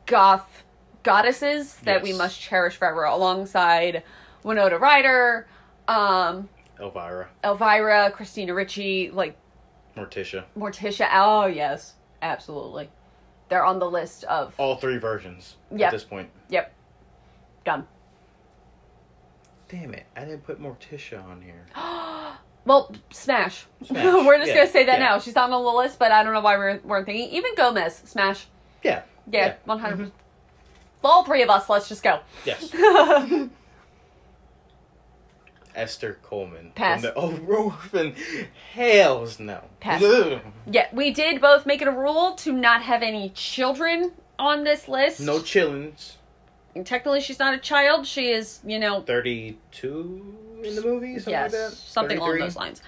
goth goddesses that we Yes. must cherish forever, alongside Winona Ryder, um, Elvira, Elvira, Christina Ricci, like Morticia. Morticia. Oh yes, absolutely. They're on the list of All three versions Yep. at this point. yep, done. Damn it! I didn't put Morticia on here. Well, smash. Smash, we're just yeah, gonna say that yeah. now. She's not on the list, but I don't know why we weren't thinking. Even Gomez, smash. Yeah. Yeah, one hundred. percent All three of us. Let's just go. Yes. Esther Coleman. Pass. From the oh, Orphan. Hells no. Pass. Ugh. Yeah, we did both make it a rule to not have any children on this list. No chillins. And technically, she's not a child. She is, you know, Thirty-two in the movie. Something yes, like that. something along 33? those lines.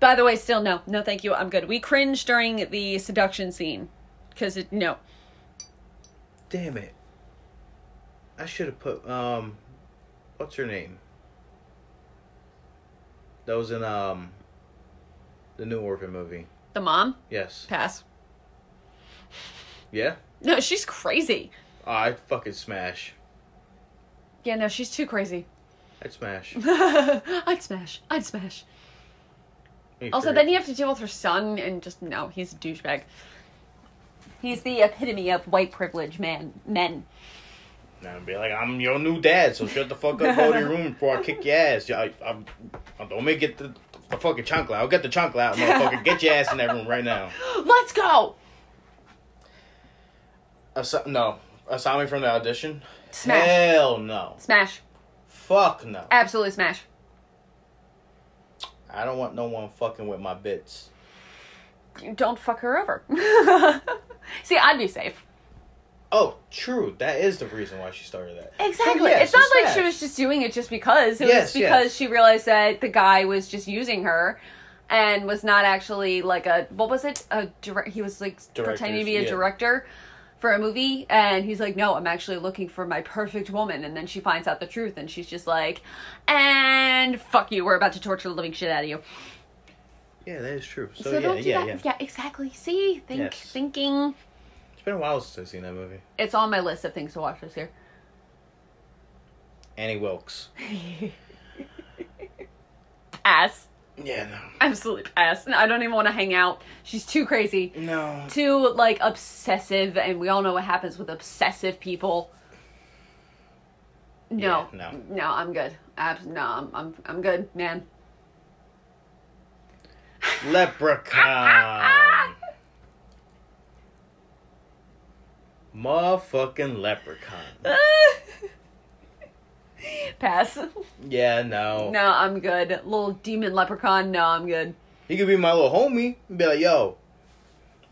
By the way, still no, no, thank you. I'm good. We cringed during the seduction scene because it no. Damn it! I should have put um, what's her name? That was in um, the new Orphan movie. The mom Yes. pass. Yeah. No, she's crazy. Oh, I'd fucking smash. Yeah, no, she's too crazy. I'd smash. I'd smash. I'd smash. Also, then you have to deal with her son, and just no, he's a douchebag. He's the epitome of white privilege man men. And I'd be like, I'm your new dad, so shut the fuck up, go to your room before I kick your ass. Yeah, I, I'm, I don't make it the, the fucking chancla. I'll get the chancla out, motherfucker. get your ass in that room right now. Let's go. Asa- no. Asami from the audition? Smash. Eh. Hell no. Smash. Fuck no. Absolutely smash. I don't want no one fucking with my bits. Don't fuck her over. See, I'd be safe. Oh, true. That is the reason why she started that. So Exactly. yes, it's not so like she smash. was just doing it just because. It was Yes, because yes. she realized that the guy was just using her and was not actually like a what was it? A direct he was like pretending to Directors, be a yeah. director for a movie and he's like, "No, I'm actually looking for my perfect woman." And then she finds out the truth and she's just like, "And fuck you. We're about to torture the living shit out of you." Yeah, that is true. So, So, yeah, don't do yeah, that. yeah. yeah, exactly. See? Think Yes. thinking It's been a while since I've seen that movie. It's on my list of things to watch this year. Annie Wilkes. Ass. Yeah, no. Absolute ass. And I don't even want to hang out. She's too crazy. No. Too, like, obsessive. And we all know what happens with obsessive people. No. Yeah, no. No, I'm good. Abs- no, I'm, I'm, I'm good, man. Leprechaun. Motherfucking leprechaun. Pass. Oh. Yeah, no. No, I'm good. Little demon leprechaun. No, I'm good. He could be my little homie and be like, yo,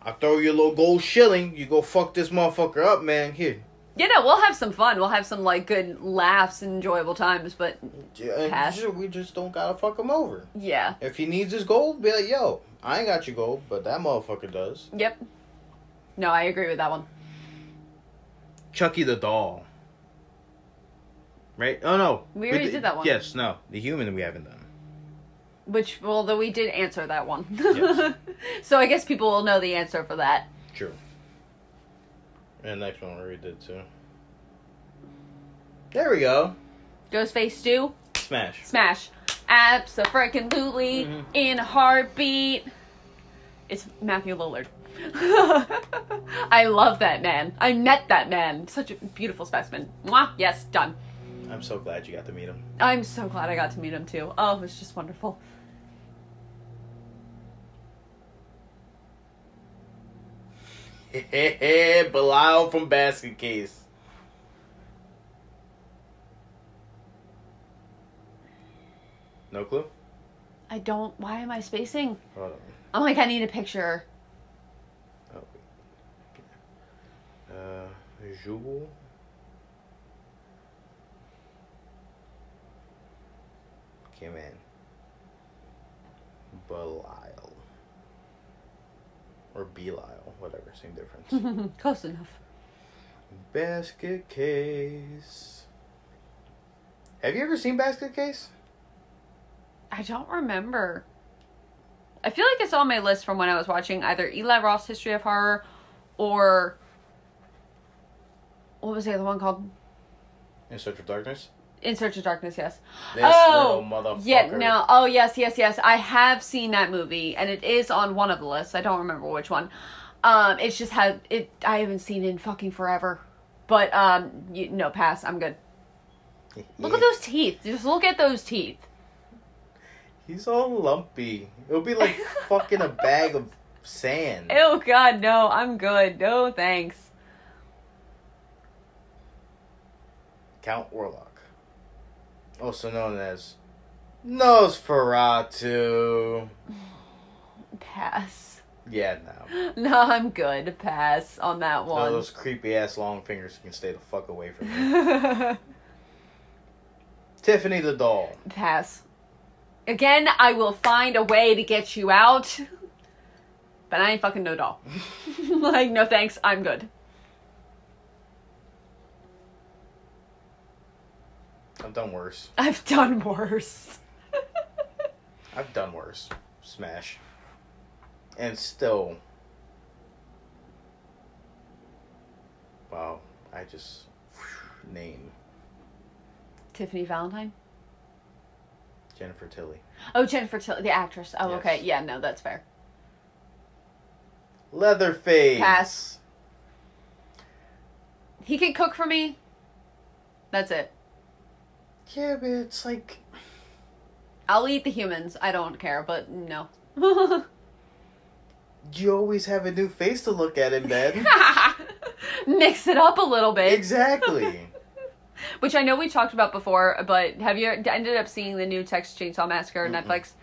I throw you a little gold shilling. You go fuck this motherfucker up, man. Here. You know, we'll have some fun. We'll have some, like, good laughs and enjoyable times. But, Yeah, and Pass. sure, We just don't gotta fuck him over. yeah. If he needs his gold, be like, yo, I ain't got your gold, but that motherfucker does. Yep. No, I agree with that one. Chucky the doll. Right? Oh no. We already With the- did that one. Yes, no. The human we haven't done. Which, well, though we did answer that one. Yes. so I guess people will know the answer for that. True. And next one we already did too. There we go. Ghostface Stew, Smash. smash. Absolutely, Mhm. in a heartbeat. It's Matthew Lillard. I love that man. I met that man. Such a beautiful specimen. Mwah. Yes, done. I'm so glad you got to meet him. I'm so glad I got to meet him too. Oh, it was just wonderful. Belial from Basket Case. No clue? I don't. Why am I spacing? Hold on. I'm like, I need a picture. Oh. Uh, Jewel? Came in. Belial. Or Belial, whatever, same difference. Close enough. Basket Case. Have you ever seen Basket Case? I don't remember. I feel like it's on my list from when I was watching either Eli Ross History of Horror or what was the other one called? In Search of Darkness? In Search of Darkness, yes. This little motherfucker. Oh, Yeah, no. Oh, yes, yes, yes. I have seen that movie and it is on one of the lists. I don't remember which one. Um it's just had it I haven't seen it in fucking forever. But um you, no pass. I'm good. Look at those teeth. Just look at those teeth. He's all lumpy. It'll be like fucking a bag of sand. Oh god, no. I'm good. No, thanks. Count Orlok. Also known as Nosferatu. Pass. Yeah, no. No, I'm good. Pass on that No, one. those creepy ass long fingers can stay the fuck away from me. Tiffany the doll. Pass. Again, I will find a way to get you out. But I ain't fucking no doll. like, no thanks, I'm good. I've done worse. I've done worse. I've done worse. Smash. And still. Wow. I just. Name. Tiffany Valentine? Jennifer Tilly. Oh, Jennifer Till, the actress. Oh, Yes. okay. Yeah, no, that's fair. Leatherface. Pass. He can cook for me. That's it. Yeah, but it's like. I'll eat the humans. I don't care, but no. You always have a new face to look at in bed. Mix it up a little bit. exactly. which I know we talked about before, but have you ended up seeing the new Texas Chainsaw Massacre on Mm-mm. Netflix?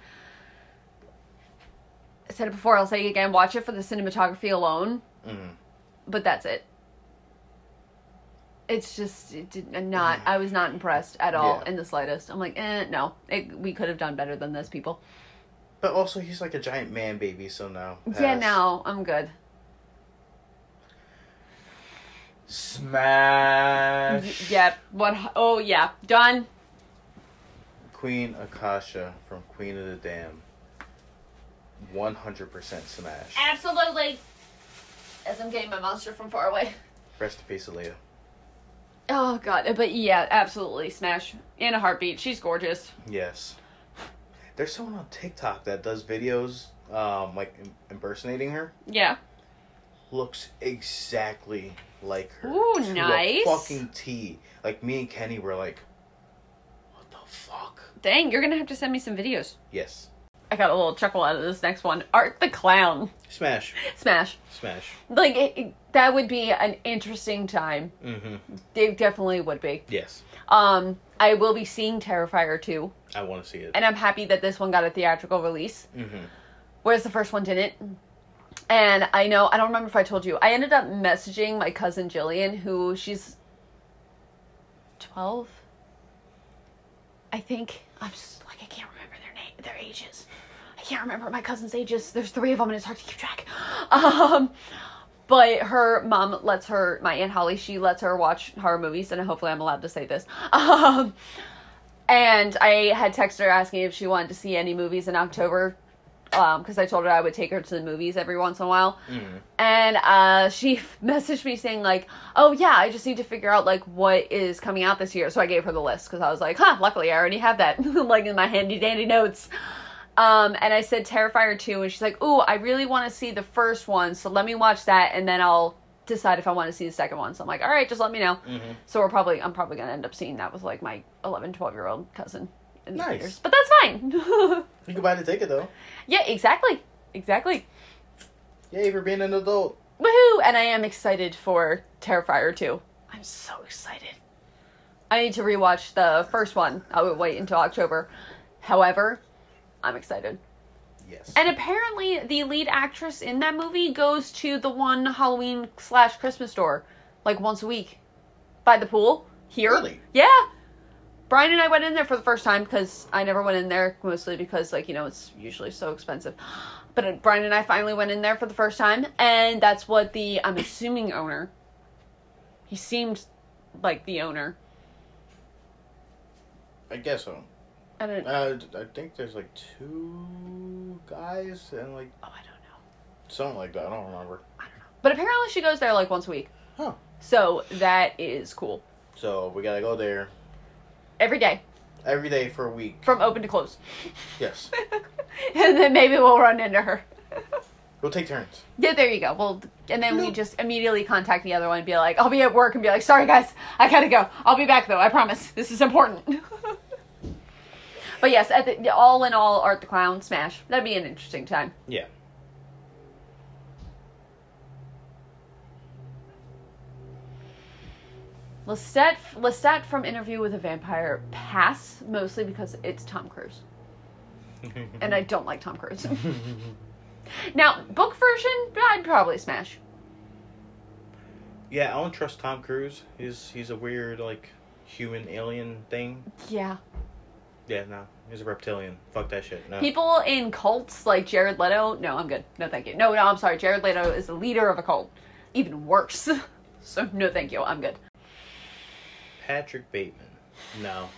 I said it before, I'll say it again. Watch it for the cinematography alone, Mm. but that's it. It's just it did uh, not. I was not impressed at all Yeah. in the slightest. I'm like, eh, no. It, we could have done better than this, people. But also, he's like a giant man baby, so now. Yeah, pass. no, I'm good. Y- Smash. yeah, what? Oh, yeah, done. Queen Akasha from Queen of the Dam. 100% smash. Absolutely. As I'm getting my monster from far away. Rest in peace, Aaliyah. Oh god, but yeah, absolutely smash in a heartbeat. She's gorgeous. Yes. There's someone on TikTok that does videos, um, like im- impersonating her. Yeah. Looks exactly like her. Ooh, to a nice. fucking T. Like me and Kenny were like, what the fuck? Dang, you're gonna have to send me some videos. Yes. I got a little chuckle out of this next one. Art the clown. Smash. Smash. Smash. Like it, it- that would be an interesting time. Mm-hmm. It definitely would be. Yes. Um, I will be seeing Terrifier 2, I want to see it. and I'm happy that this one got a theatrical release, Mm-hmm. whereas the first one didn't. And I know I don't remember if I told you. I ended up messaging my cousin Jillian, who she's twelve. I think I'm just like I can't remember their name, their ages. I I can't remember my cousin's ages. There's three of them, and it's hard to keep track. Um, but her mom lets her, my aunt Holly, she lets her watch horror movies, and hopefully I'm allowed to say this. Um, and I had texted her asking if she wanted to see any movies in October, because I told her I would take her to the movies every once in a while Mm. and uh, she messaged me saying like oh yeah i just need to figure out like what is coming out this year so i gave her the list because i was like huh luckily i already have that like in my handy dandy notes um, and i said terrifier 2 and she's like ooh i really want to see the first one so let me watch that and then i'll decide if i want to see the second one so i'm like all right just let me know Mhm. so we're probably i'm probably gonna end up seeing that with like my 11 12 year old cousin in the Nice. theaters. but that's fine You can buy the ticket though. yeah exactly exactly Yay for being an adult. Woohoo! And I am excited for Terrifier 2. I'm so excited. I need to rewatch the first one. I would wait until October. However, I'm excited. Yes. And apparently, the lead actress in that movie goes to the one Halloween slash Christmas store like once a week by the pool here. Really? Yeah. Brian and I went in there for the first time because I never went in there mostly because like you know it's usually so expensive. But uh, Brian and I finally went in there for the first time, and that's what the I'm assuming owner. He seemed like the owner. I guess so. I don't. Oh, Uh, I think there's like two guys and like I don't know. something like that. I don't remember. But apparently she goes there like once a week, Huh. so that is cool. So we gotta go there Every day every day for a week. from open to close. Yes. and then maybe we'll run into her. We'll take turns. Yeah, there you go. Well, and then we No. just immediately contact the other one and be like, "I'll be at work," and be like, "Sorry guys, I gotta go. I'll be back though. I promise. This is important." but yes, at the, all in all, Art the Clown smash. That'd be an interesting time. Yeah. Lestat, Lestat from Interview with a Vampire, pass mostly because it's Tom Cruise, and I don't like Tom Cruise. now, book version, I'd probably smash. yeah, I don't trust Tom Cruise. He's he's a weird like human alien thing. Yeah. Yeah, no, he's a reptilian. Fuck that shit. No. People in cults like Jared Leto. No, I'm good. No, thank you. No, no, I'm sorry. Jared Leto is the leader of a cult. Even worse. so no, thank you. I'm good. Patrick Bateman. No.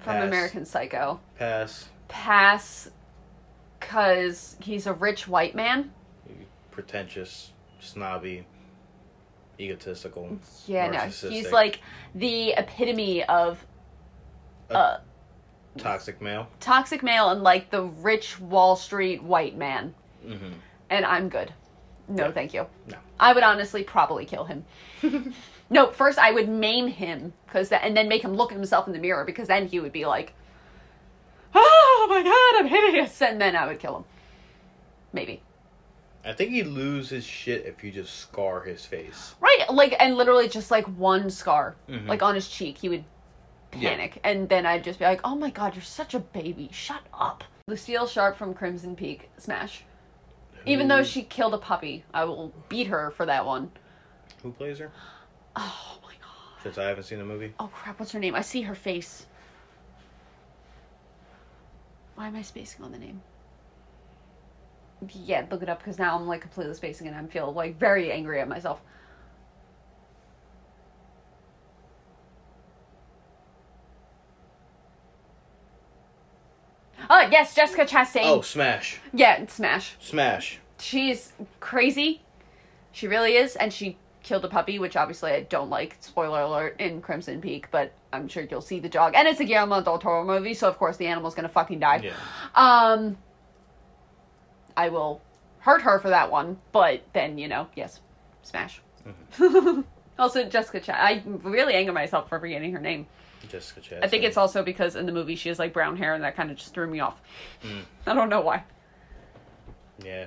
From Pass. American Psycho. Pass. Pass, cause he's a rich white man. Pretentious, snobby, egotistical. Yeah, no, he's Narcissistic. like the epitome of uh, Toxic male. toxic male and like the rich Wall Street white man. Mm-hmm. And I'm good. No, Yeah. thank you. No. I would honestly probably kill him. no, first I would maim him because that, and then make him look at himself in the mirror because then he would be like, "Oh my god, I'm hideous," and then I would kill him. Maybe I think he'd lose his shit if you just scar his face. right, like and literally just like one scar, Mhm. like on his cheek, he would Yeah. panic, and then I'd just be like, "Oh my god, you're such a baby! Shut up." Lucille Sharp from Crimson Peak, smash. Even Who- though she killed a puppy, I will beat her for that one. Who plays her? Oh my god. Since I haven't seen the movie. Oh crap, what's her name? I see her face. Why am I spacing on the name? Yeah, look it up because now I'm like completely spacing and I am feel like very angry at myself. Oh, yes, Jessica Chastain. Oh, Smash. Yeah, it's Smash. Smash. She's crazy. She really is, and she killed a puppy, which obviously I don't like. Spoiler alert in Crimson Peak, but I'm sure you'll see the dog. And it's a Guillermo del Toro movie, so of course the animal's gonna fucking die. Yeah. Um, I will hurt her for that one, but then you know, yes, smash. also, Jessica Ch- I really anger myself for forgetting her name. Jessica Chastain. I think it's also because in the movie she has like brown hair, and that kind of just threw me off. I don't know why. Yeah.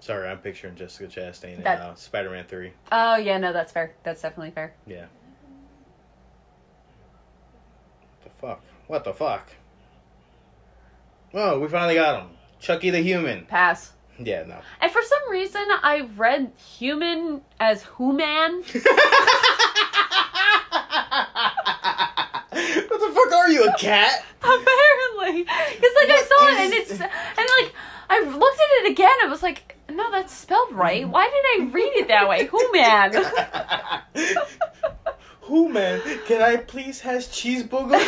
Sorry, I'm picturing Jessica Chastain in That- uh, Spider-Man Three. Oh yeah, no, that's fair. That's definitely fair. Yeah. What the fuck? What the fuck? Oh, we finally got him. Chucky the Human. Pass. Yeah, no. And for some reason, I read human as human. what the fuck are you a cat? Apparently, because like I What saw it and is- it's and like I looked at it again. I was like, no, that's spelled right. Why did I read it that way? Who man? Who man? Can I please has cheese booger?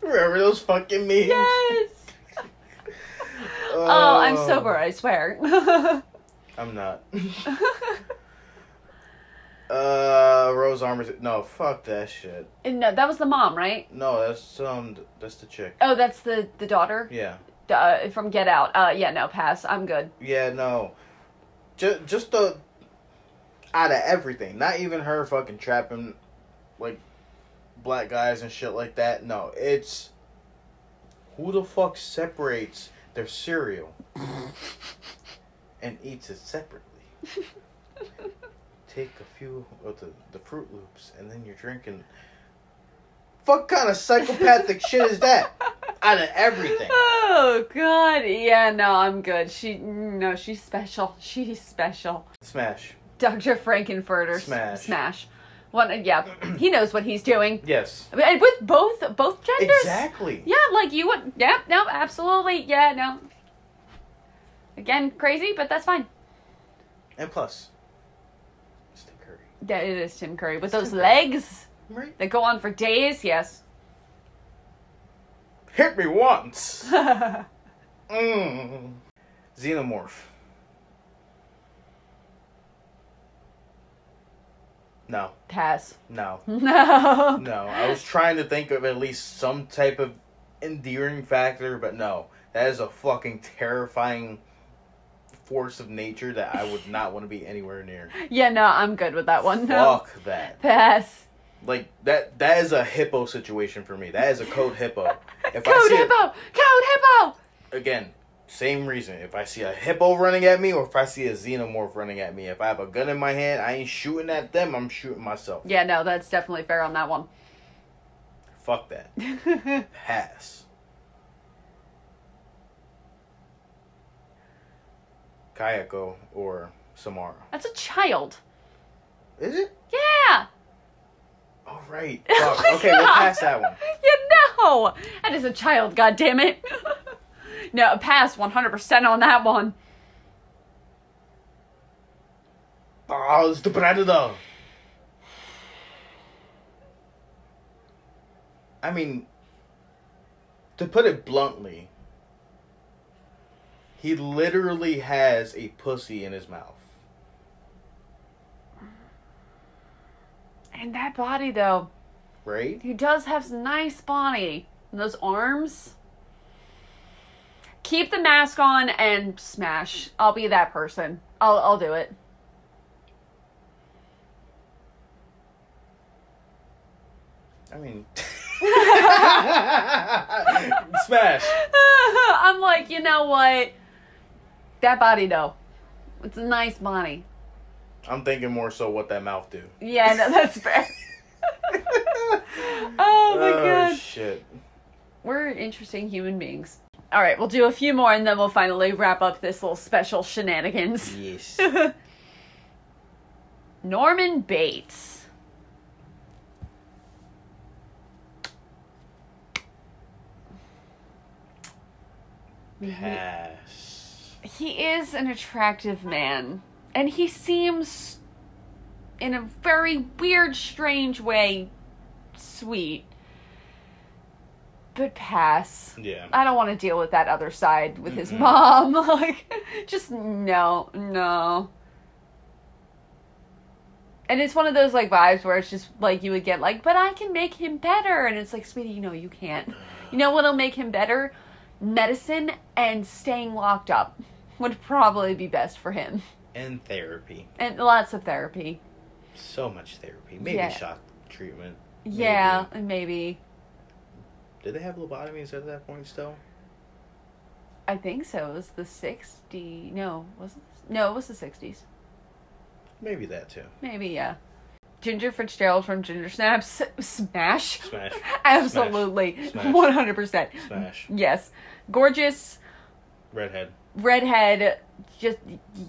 Remember those fucking memes? yes. Oh, I'm sober. I swear. Um, I'm not. Uh, Rose Armors. No, fuck that shit. and no, that was the mom, right? No, that's um, that's the chick. Oh, that's the the daughter Yeah, uh, from Get Out. Uh, yeah, no, pass. I'm good. yeah, no, just just the out of everything. Not even her fucking trapping, like black guys and shit like that. No, it's who the fuck separates their cereal and eats it separately. Take a few of the the Fruit Loops and then you're drinking. Fuck kind of psychopathic shit is that? Out of everything. Oh God, yeah, no, I'm good. She, no, she's special. She's special. Smash. Dr. Frankenfurter. Smash. Smash. One, yeah, he knows what he's doing. Yes. And with both both genders. Exactly. Yeah, like you would. Yeah, no, absolutely. Yeah, no. Again, crazy, but that's fine. And plus, it's the curry. That it is Tim Curry with Tim those Curry. legs Right? that go on for days. Yes. Hit me once. Mm. Xenomorph. No, Pass. no, No. no. I was trying to think of at least some type of endearing factor, but no. That is a fucking terrifying force of nature that I would not want to be anywhere near. Yeah, no, I'm good with that one. No. Fuck that. Pass. Like that that is a hippo situation for me. That is a code hippo. If I Code see it- hippo. Code hippo. again, same reason. If I see a hippo running at me or if I see a xenomorph running at me, if I have a gun in my hand, I ain't shooting at them, I'm shooting myself. Yeah, no, that's definitely fair on that one. Fuck that. Pass. Kayako or Samara. that's a child. Is it? Yeah. All right. Oh Fuck. my okay, we'll God. pass that one. Yeah, no! That is a child, God damn it! no, pass 100% on that one. Oh, it's the predator. I mean, to put it bluntly, he literally has a pussy in his mouth. And that body, though, Right? he does have some nice body. And those arms. Keep the mask on and smash. I'll be that person. I'll, I'll do it. I mean, smash. I'm like, you know what? That body, though. It's a nice body. I'm thinking more so what that mouth do. Yeah, no, that's fair. oh my god. shit. We're interesting human beings. All right, we'll do a few more and then we'll finally wrap up this little special shenanigans. Yes. Norman Bates. Pass. He is an attractive man, and he seems, in a very weird, strange way, sweet. But pass. Yeah. I don't want to deal with that other side with his mom. Like, just no, no. And it's one of those like vibes where it's just like you would get like, but I can make him better, and it's like, sweetie, you know you can't. You know what'll make him better? Medicine and staying locked up would probably be best for him, And therapy. and lots of therapy. So much therapy. Maybe Yeah. shock treatment. Yeah, maybe. Did they have lobotomies at that point still? I think so. It was the sixty. No, was it? No, it was the sixties. Maybe that too. Maybe, yeah. Ginger Fitzgerald from Ginger Snaps. Smash. Smash. Absolutely. Smash. 100%. Smash. Yes. Gorgeous, Redhead. redhead, just,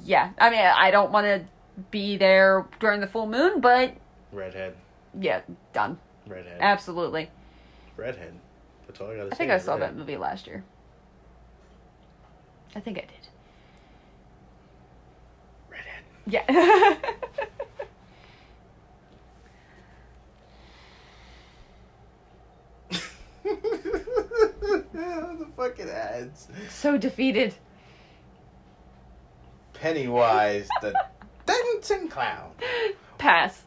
yeah. I mean, I don't want to be there during the full moon, but Redhead. yeah, done. Redhead. Absolutely. redhead. That's all I gotta say. I think I is saw that redhead. movie last year. I think I did. Redhead. Yeah. the fucking ads. so defeated. Pennywise, the dancing clown. Pass.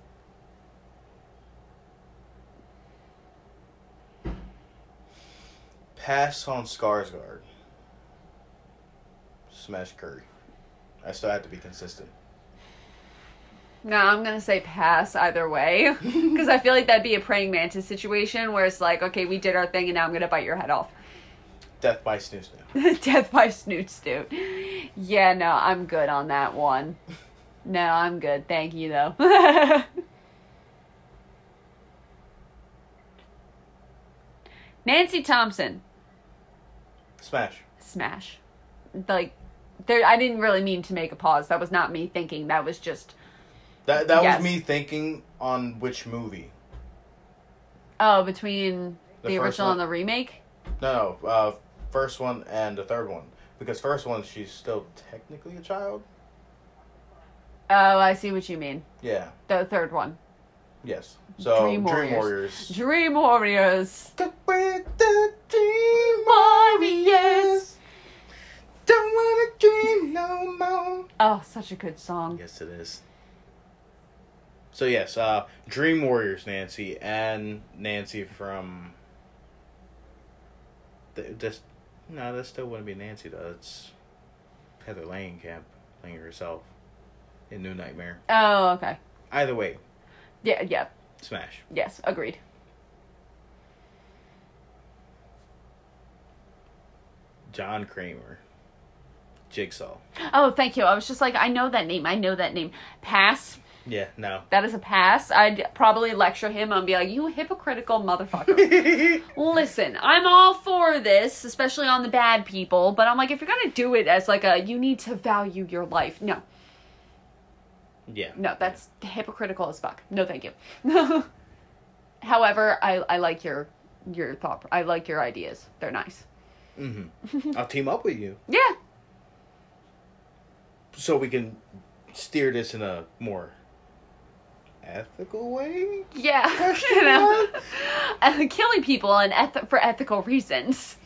Pass on Skarsgård. Smash Curry. I still have to be consistent. No, I'm gonna say pass either way, because I feel like that'd be a praying mantis situation where it's like, okay, we did our thing, and now I'm gonna bite your head off. Death by Snooze now. Death by Snoot Snoot. Yeah, no, I'm good on that one. No, I'm good. Thank you, though. Nancy Thompson. Smash. Smash. Like, there, I didn't really mean to make a pause. That was not me thinking. That was just, That that Yes. was me thinking on which movie. oh, between the, The first original one? and the remake? No, no, uh, first one and the third one. Because first one, she's still technically a child. Oh, I see what you mean. Yeah. The third one. Yes. So Dream Dream Warriors. Warriors. Dream Warriors. Stick with the Dream Warriors. Don't wanna dream no more. Oh, such a good song. Yes, it is. So yes, uh, Dream Warriors, Nancy and Nancy from. Th- This, no, that still wouldn't be Nancy though. It's Heather Langenkamp playing herself in New Nightmare. Oh, okay. Either way, Yeah, yeah. smash. Yes, agreed. John Kramer, Jigsaw. Oh, thank you. I was just like, I know that name. I know that name. Pass. Yeah, no. That is a pass. I'd probably lecture him and be like, you hypocritical motherfucker. Listen, I'm all for this, especially on the bad people, but I'm like, if you're going to do it as like a, you need to value your life. No, yeah. no, that's hypocritical as fuck. No, thank you. However, I, I like your, your thought. I like your ideas. They're nice. hmm I'll team up with you Yeah. so we can steer this in a more ethical way. Yeah, Question you know, mark? Uh, killing people and eth- for ethical reasons.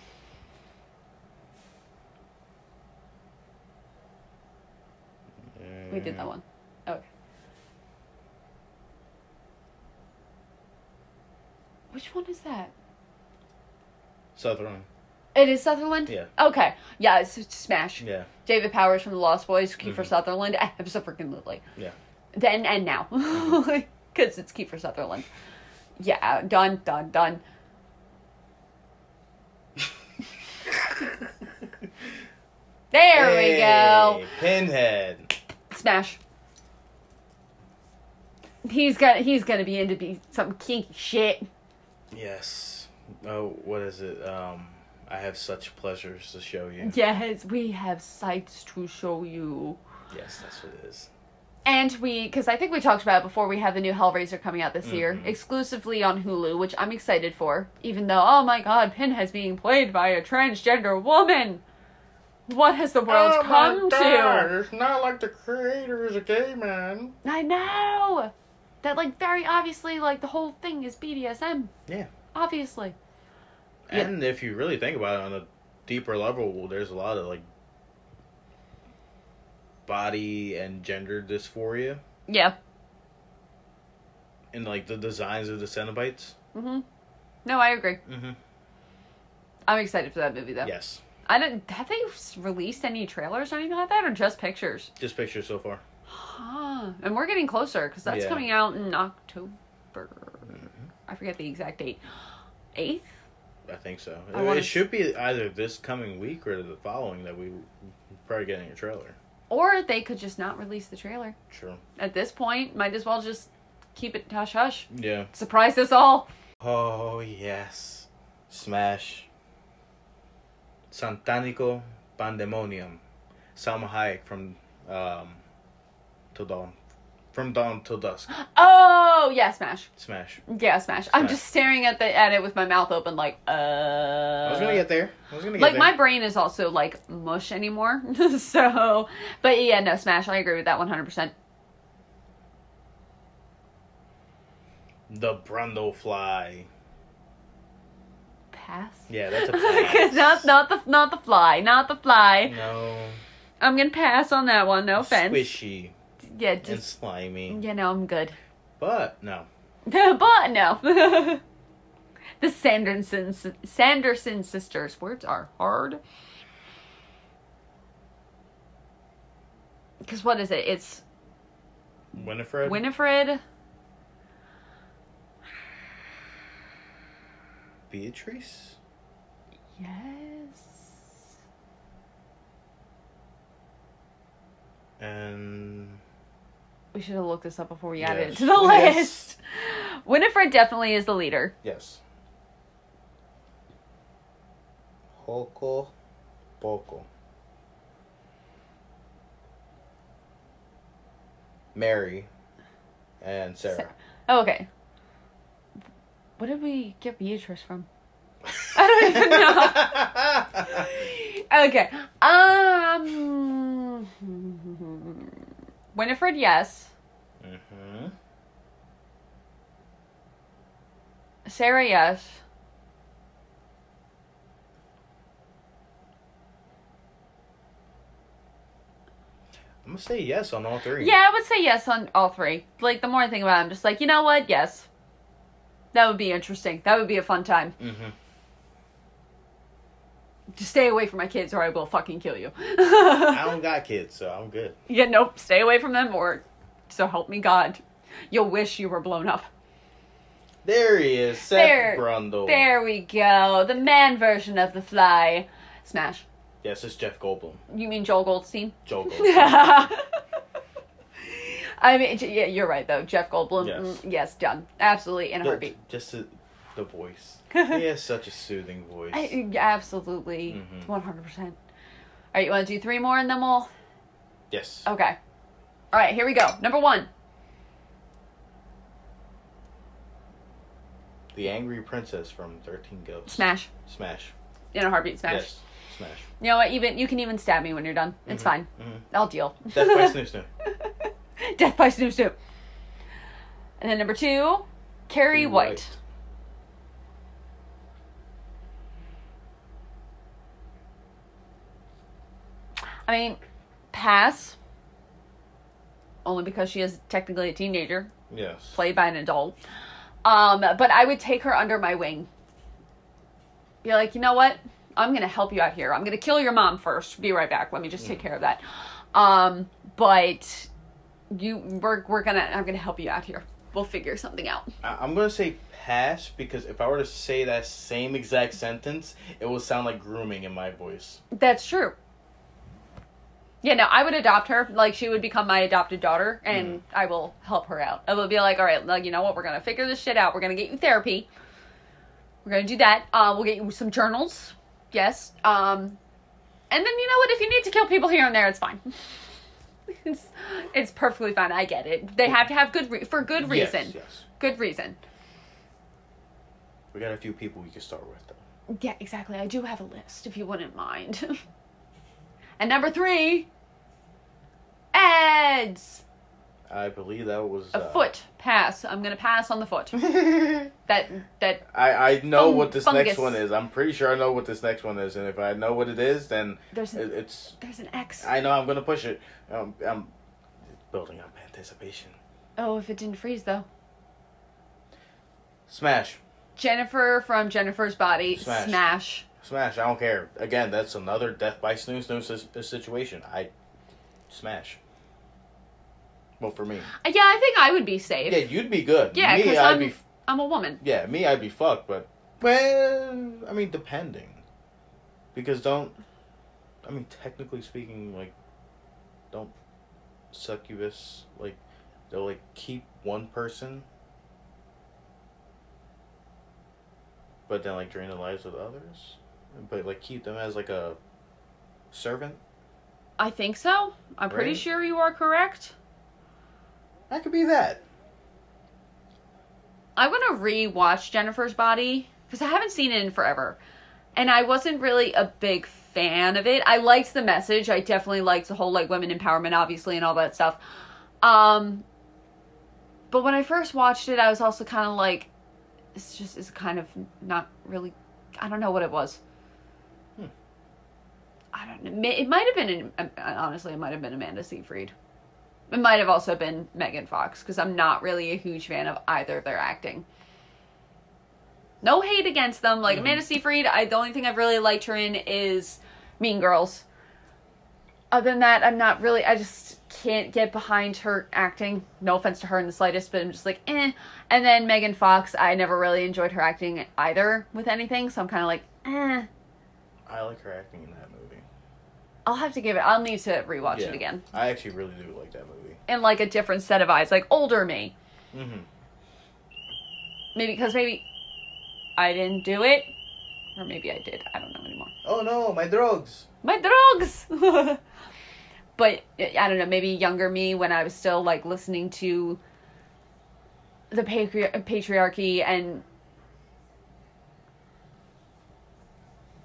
We did that Mm. one. Okay. Which one is that? Southern. It is Sutherland. Yeah. Okay. Yeah, it's, it's Smash. Yeah. David Powers from The Lost Boys, Kiefer Mhm. Sutherland. Absolutely. Yeah. Then and now, Mm-hmm. because it's Kiefer Sutherland. Yeah. Done. Done. Done. There we go. Hey, Pinhead. Smash. He's gonna he's gonna be into be some kinky shit. Yes. Oh, what is it? Um, I have such pleasures to show you. Yes, we have sights to show you. Yes, that's what it is. And we, because I think we talked about it before, we have the new Hellraiser coming out this year, Mhm. exclusively on Hulu, which I'm excited for. Even though, oh my god, Pinhead's being played by a transgender woman. What has the world Oh my come God, to? It's not like the creator is a gay man. I know that, like, very obviously, like the whole thing is BDSM. Yeah. obviously. Yeah. And if you really think about it on a deeper level, well, there's a lot of like body and gender dysphoria Yeah. in like the designs of the Cenobites. Mm-hmm. No, I agree. Mm-hmm. I'm excited for that movie though. Yes, I don't have they s- released any trailers or anything like that, or just pictures? this picture so far. Huh. And we're getting closer because that's Yeah. Mm-hmm. coming out in October. I forget the exact date. Eighth. I think so. I It- wanna it should be either this coming week or the following that we probably getting a trailer. Or they could just not release the trailer. Sure. At this point, might as well just keep it hush hush. Yeah. Surprise us all. Oh yes, smash. Santanico Pandemonium, Salma Hayek from um, Till Dawn, From dawn till dusk. Oh yeah, Smash. Smash. Yeah, Smash. I'm Smash. just staring at the at it with my mouth open, like uh. I was gonna get there. I was gonna get like there. my brain is also like mush anymore. so, but yeah, no, Smash. I agree with that 100. percent the Brundle fly. Pass. Yeah, that's a Cause pass. not not the not the fly, not the fly. No. I'm gonna pass on that one. No offense. Squishy Yeah, and just slimy. you know, I'm good. But no. but no. the Sanderson Sanderson sisters words are hard. Cause what is it? It's Winifred. Winifred. Beatrice. Yes. And We should have looked this up before we added it Yes. to the Yes. list. Winifred definitely is the leader. yes. Poco. Poco. Mary. And Sarah. Oh, okay. What did we get Beatrice from? I don't even know. Okay. Um. Winifred, yes. mm-hmm. Sarah, yes. I'm gonna say yes on all three. Yeah, I would say yes on all three. Like, the more I think about it, I'm just like, you know what? Yes. That would be interesting. That would be a fun time. Mm-hmm. Just stay away from my kids or I will fucking kill you. I don't got kids, so I'm good. yeah, nope. Stay away from them or so help me God. You'll wish you were blown up. There he is, Seth There. Brundle. There we go. The man version of the fly. Smash. Yes, it's Jeff Goldblum. You mean Joel Goldstein? Joel Goldblum. I mean, j- yeah, you're right though. Jeff Goldblum, Yes. yes, yes done, absolutely in a The- heartbeat. just the, the voice. he has such a soothing voice. I, absolutely, Mhm. one hundred percent. All right, you want to do three more and then we'll. yes. Okay. All right, here we go. Number one. The Angry Princess from 13 Ghosts. Smash Smash. in a heartbeat. Smash. Yes. Smash. You know what? Even you can even stab me when you're done. It's fine. Mhm. I'll deal. Death by Snoop Snoop. Death by Snoop Snoop. And then number two, Carrie White. I mean, pass. Only because she is technically a teenager, Yes. played by an adult. Um, but I would take her under my wing. Be like, you know what? I'm gonna help you out here. I'm gonna kill your mom first. Be right back. Let me just take care of that. Um, but you, we're we're gonna. I'm gonna help you out here. We'll figure something out. I- I'm gonna say pass because if I were to say that same exact sentence, it will sound like grooming in my voice. That's true. Yeah, no, I would adopt her. Like she would become my adopted daughter, Mm. and I will help her out. I will be like, all right, like you know what, we're gonna figure this shit out. We're gonna get you therapy. We're gonna do that. Uh, we'll get you some journals. Yes. Um, and then you know what? If you need to kill people here and there, it's fine. it's it's perfectly fine. I get it. They have to have good re- for good Yes, reason. yes. Good reason. We got a few people we can start with, though. Yeah, exactly. I do have a list if you wouldn't mind. and number three, ads. I believe that was. A uh, foot pass. I'm gonna pass on the foot. that that I, I know Fung- what this fungus. next one is. I'm pretty sure I know what this next one is, and if I know what it is, then There's a- it, it's. there's an X. I know I'm gonna push it. Um, I'm building up anticipation. oh, if it didn't freeze though. Smash, Jennifer from Jennifer's Body. Smash. Smash. smash. I don't care. Again, that's another death by snooze snooze si- situation. I smash. Well, for me, Uh, Yeah, I think I would be safe. yeah, you'd be good. Yeah, me, because I'd I'm be. I'm a woman. Yeah, me, I'd be fucked. But well, I mean, depending, because don't. I mean, technically speaking, like, don't succubus like they'll like keep one person, but then like drain the lives of others, but like keep them as like a servant. I think so. I'm pretty Right. sure you are correct. That could be that. I want to re-watch Jennifer's Body because I haven't seen it in forever, and I wasn't really a big fan of it. I liked the message. I definitely liked the whole like women empowerment, obviously, and all that stuff. Um, but when I first watched it, I was also kind of like, it's just it's kind of not really. I don't know what it was. Hmm. I don't know. Ma- It might have been an, honestly, it might have been Amanda Seyfried. It might have also been Megan Fox because I'm not really a huge fan of either their acting. No hate against them. Like Mhm. Amanda Seyfried, I the only thing I've really liked her in is Mean Girls. Other than that, I'm not really. I just can't get behind her acting. No offense to her in the slightest, but I'm just like eh. And then Megan Fox, I never really enjoyed her acting either with anything. So I'm kind of like eh. I like her acting in that movie. I'll have to give it. I'll need to rewatch Yeah. it again I actually really do like that movie. in like a different set of eyes, like older me. Mm-hmm. maybe because maybe I didn't do it, or maybe I did. I don't know anymore. Oh no, my drugs. My drugs. but eh, I don't know. Maybe younger me when I was still like listening to the patri- patriarchy and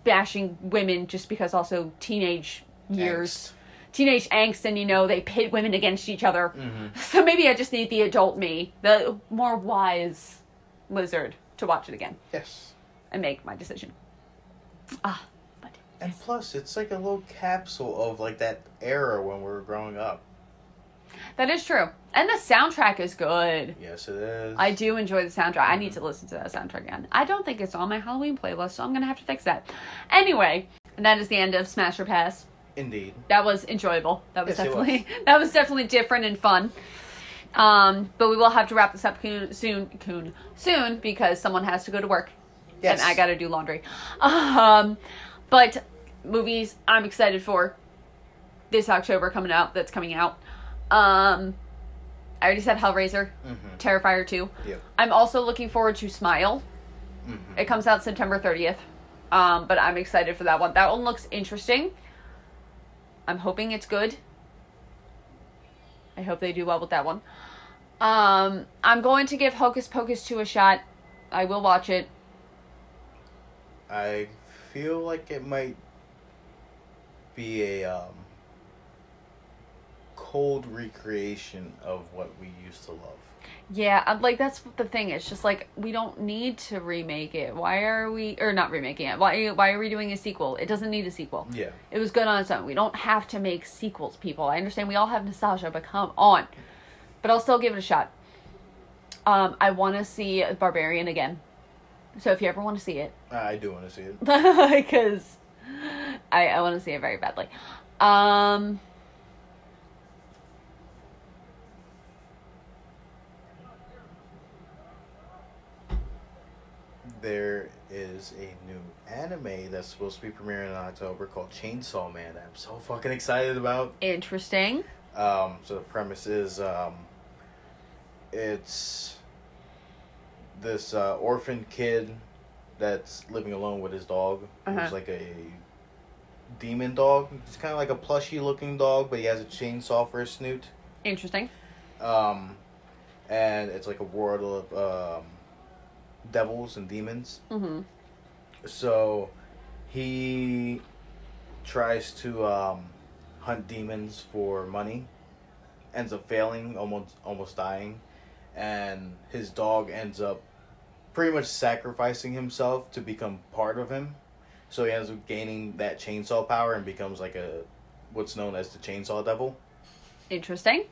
bashing women just because also teenage years teenage angst and you know they pit women against each other Mm-hmm. so maybe i just need the adult me the more wise lizard to watch it again Yes. and make my decision. Ah, but And plus, it's like a little capsule of like that era when we were growing up. that is true. And the soundtrack is good. Yes, it is. I do enjoy the soundtrack. I need to listen to that soundtrack again. I don't think it's on my Halloween playlist, so I'm gonna have to fix that. Anyway, and that is the end of Smash or Pass. Indeed. That was enjoyable. That was Yes, it was. definitely that was definitely different and fun. Um, but we will have to wrap this up coon, soon, coon, soon because someone has to go to work Yes. and I gotta do laundry. Um, but movies I'm excited for this October coming out. That's coming out. Um, I already said Hellraiser, Mm-hmm. Terrifier two. Yep. I'm also looking forward to Smile. Mm-hmm. It comes out September 30th. Um, but I'm excited for that one. That one looks interesting. I'm hoping it's good. I hope they do well with that one. Um, I'm going to give Hocus Pocus 2 a shot. I will watch it. I feel like it might be a um, cold recreation of what we used to love. Yeah, I'm like that's the thing. It's just like we don't need to remake it. Why are we or not remaking it? Why why are we doing a sequel? It doesn't need a sequel. Yeah. It was good on its own. We don't have to make sequels, people. I understand we all have nostalgia, but come on. But I'll still give it a shot. Um, I want to see Barbarian again. So if you ever want to see it, I do want to see it. because I I want to see it very badly. Um. There is a new anime that's supposed to be premiering in October called Chainsaw Man. that I'm so fucking excited about. Interesting. Um, so the premise is um, it's this uh, orphan kid that's living alone with his dog, Uh-huh. who's like a demon dog. It's kind of like a plushy looking dog, but he has a chainsaw for a snoot. Interesting. Um, and it's like a world of um, devils and demons. Mm-hmm. So he tries to um, hunt demons for money, ends up failing, almost almost dying, and his dog ends up pretty much sacrificing himself to become part of him. So he ends up gaining that chainsaw power and becomes like a what's known as the chainsaw devil. Interesting.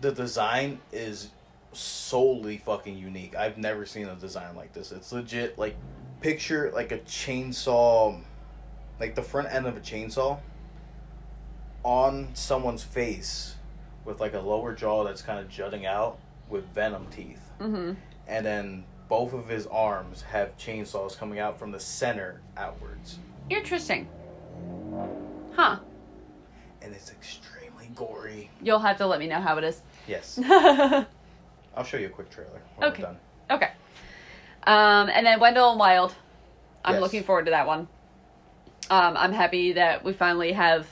The design is solely fucking unique. I've never seen a design like this. It's legit like picture like a chainsaw like the front end of a chainsaw on someone's face with like a lower jaw that's kind of jutting out with venom teeth. Mm-hmm. And then both of his arms have chainsaws coming out from the center outwards. Interesting. Huh. And it's extremely gory. You'll have to let me know how it is. Yes. okay. I'll show you a quick trailer when Okay. we're done. Um, and then Wendell and Wild. I'm Yes. looking forward to that one. Um, I'm happy that we Mm-hmm. finally have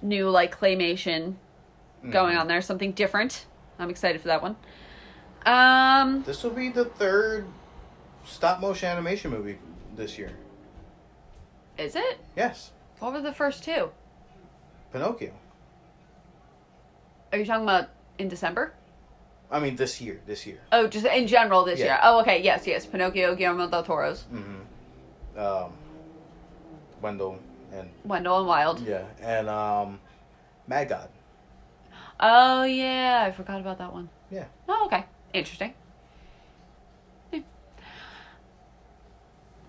new like claymation going on there, something different. I'm excited for that one. Um, This will be the third stop motion animation movie this year. is it? Yes, What were the first two? Pinocchio. Are you talking about in December? I mean, this year. This year. Oh, just in general this Yeah. year. Oh, okay. Yes, yes. Pinocchio, Guillermo del Toro's, Mm-hmm. Um, Wendell and Wendell and Wild. yeah, and um, Mad God. Oh yeah, I forgot about that one. Yeah. Oh okay, interesting. Yeah.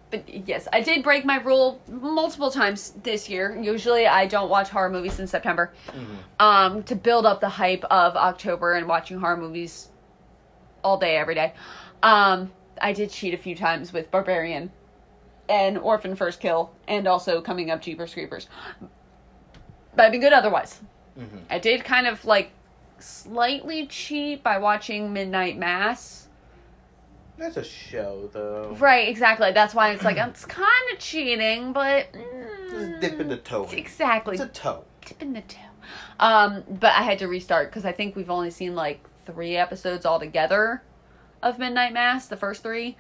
But yes, I did break my rule multiple times this year. Usually, I don't watch horror movies in September, um, to build up the hype of October and watching horror movies all day every day. Um, I did cheat a few times with Barbarian and Orphan First Kill, and also coming up Jeepers Creepers. But I've been good otherwise. Mm-hmm. I did kind of like slightly cheat by watching Midnight Mass. That's a show, though. Right, exactly. That's why it's like it's kind of cheating, but mm, Just dipping the toe. In. exactly It's a toe. dipping the toe. Um, but I had to restart because I think we've only seen like three episodes altogether of Midnight Mass, the first three.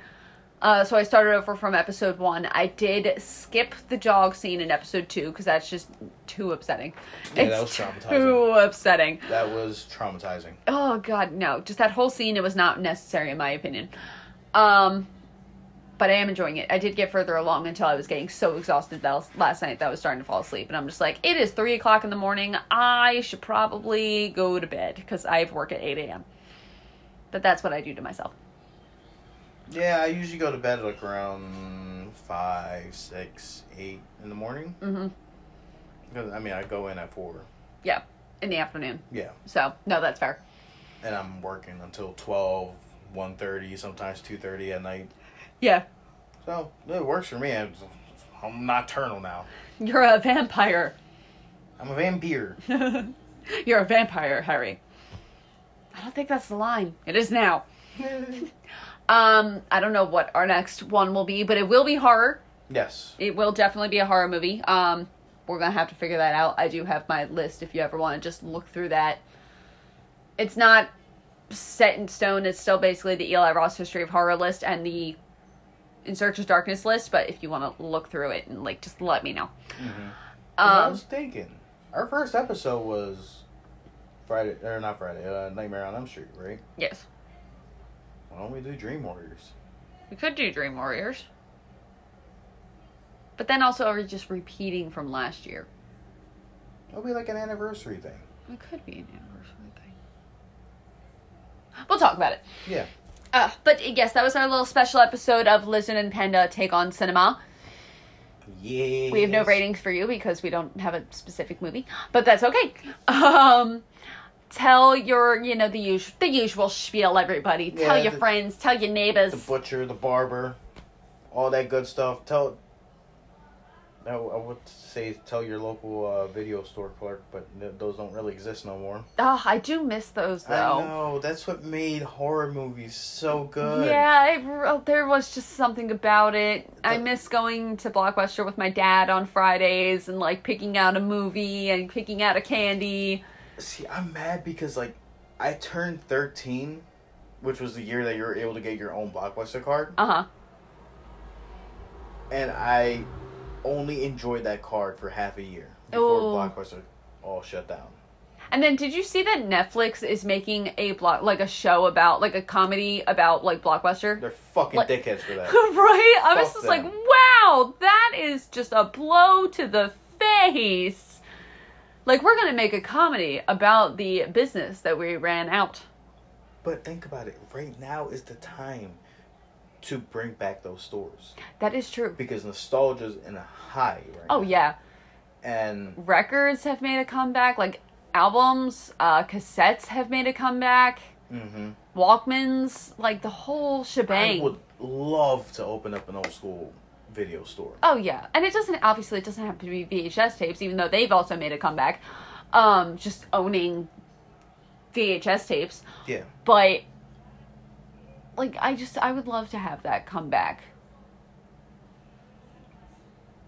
Uh, so I started over from episode one. I did skip the dog scene in episode two because that's just too upsetting. Yeah, that It's was traumatizing. Too upsetting. That was traumatizing. oh god no just that whole scene it was not necessary in my opinion um but i am enjoying it i did get further along until i was getting so exhausted that last night that i was starting to fall asleep and i'm just like it is three o'clock in the morning i should probably go to bed because i have work at 8 a.m but that's what i do to myself Yeah, I usually go to bed like around five, six, eight in the morning. hmm 'Cause, I mean, I go in at four. yeah in the afternoon Yeah, so no that's fair and I'm working until 12, 1.30, sometimes two thirty at night. yeah So it works for me. I'm, I'm nocturnal now. you're a vampire I'm a vampire. you're a vampire harry i don't think that's the line it is now Um, I don't know what our next one will be, but it will be horror. yes. It will definitely be a horror movie. Um, we're gonna have to figure that out. I do have my list if you ever want to just look through that. It's not set in stone. It's still basically the Eli Ross History of Horror list and the In Search of Darkness list. But if you want to look through it and like, just let me know. 'Cause I Um, was thinking, our first episode was Friday, or not Friday, uh, Nightmare on Elm Street, right? yes, Why don't we do Dream Warriors? we could do Dream Warriors, but then also are we just repeating from last year? It'll be like an anniversary thing. It could be an anniversary thing. We'll talk about it. Yeah. Uh, but yes, that was our little special episode of Lizard and Panda Take on Cinema. Yeah. We have no ratings for you because we don't have a specific movie, but that's okay. Um, tell your, you know, the usual, the usual spiel, everybody. tell Yeah, your the- friends. Tell your neighbors. The butcher, the barber, all that good stuff. Tell. I I would say tell your local uh, video store clerk, but th- those don't really exist no more. oh, I do miss those I though. know that's what made horror movies so good. Yeah, it, re- there was just something about it. I The- miss going to Blockbuster with my dad on Fridays and like picking out a movie and picking out a candy. See, I'm mad because like I turned 13, which was the year that you were able to get your own Blockbuster card, Uh huh. and I only enjoyed that card for half a year before Ooh. Blockbuster all shut down. And then did you see that Netflix is making a block like a show about like a comedy about like Blockbuster? They're fucking Like- dickheads for that. right? I was Fuck just them. like, wow, that is just a blow to the face. Like we're gonna make a comedy about the business that we ran out. But think about it. Right now is the time to bring back those stores That is true. because nostalgia's in a high right Oh now. yeah. And Records have made a comeback, like albums, uh cassettes have made a comeback, mhm. Walkmans, like the whole shebang. I would love to open up an old school video store. Oh yeah, and it doesn't obviously it doesn't have to be VHS tapes, even though they've also made a comeback. Um, just owning VHS tapes, Yeah. but like I just I would love to have that comeback.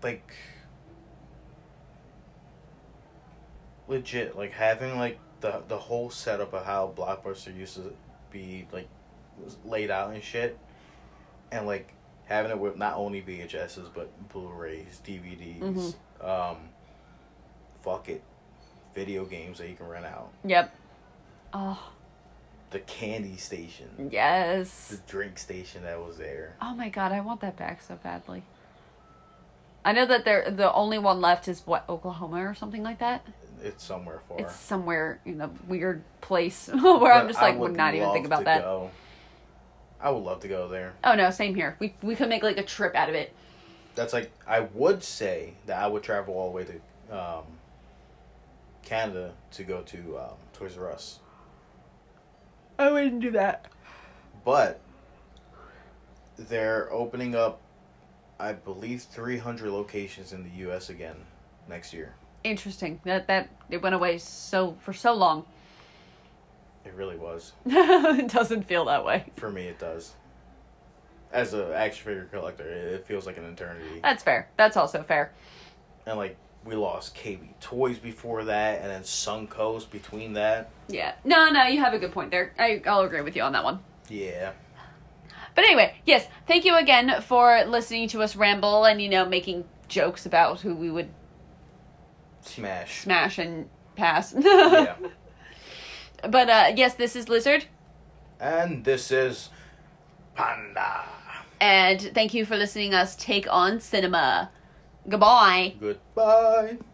Like legit like having like the the whole setup of how Blockbuster used to be like was laid out and shit, and like having it with not only VHSs but Blu-rays, DVDs, Mm-hmm. um, fuck it, video games that you can rent out, Yep. Oh the candy station, the yes. drink station that was there. Oh my god, I want that back so badly. I know that there the only one left is what Oklahoma or something like that. It's somewhere far. It's somewhere in a weird place where I'm But just I like would not even love think about to that. go. I would love to go there. Oh no, same here. We we could make like a trip out of it. That's like I would say that I would travel all the way to um, Canada to go to um, Toys R Us, I wouldn't do that. but they're opening up, I believe, three hundred locations in the U.S. again next year. Interesting. That that it went away so for so long. It really was it doesn't feel that way. for me. It does. As an action figure collector, it it feels like an eternity. That's fair. That's also fair. And like we lost KB Toys before that, and then Suncoast between that. Yeah. No, no, you have a good point there. I, I'll agree with you on that one. Yeah. But anyway, yes, thank you again for listening to us ramble and, you know, making jokes about who we would Smash. smash and pass. yeah. But uh, yes, this is Lizard, And this is Panda. and thank you for listening us take on cinema. Goodbye. Goodbye.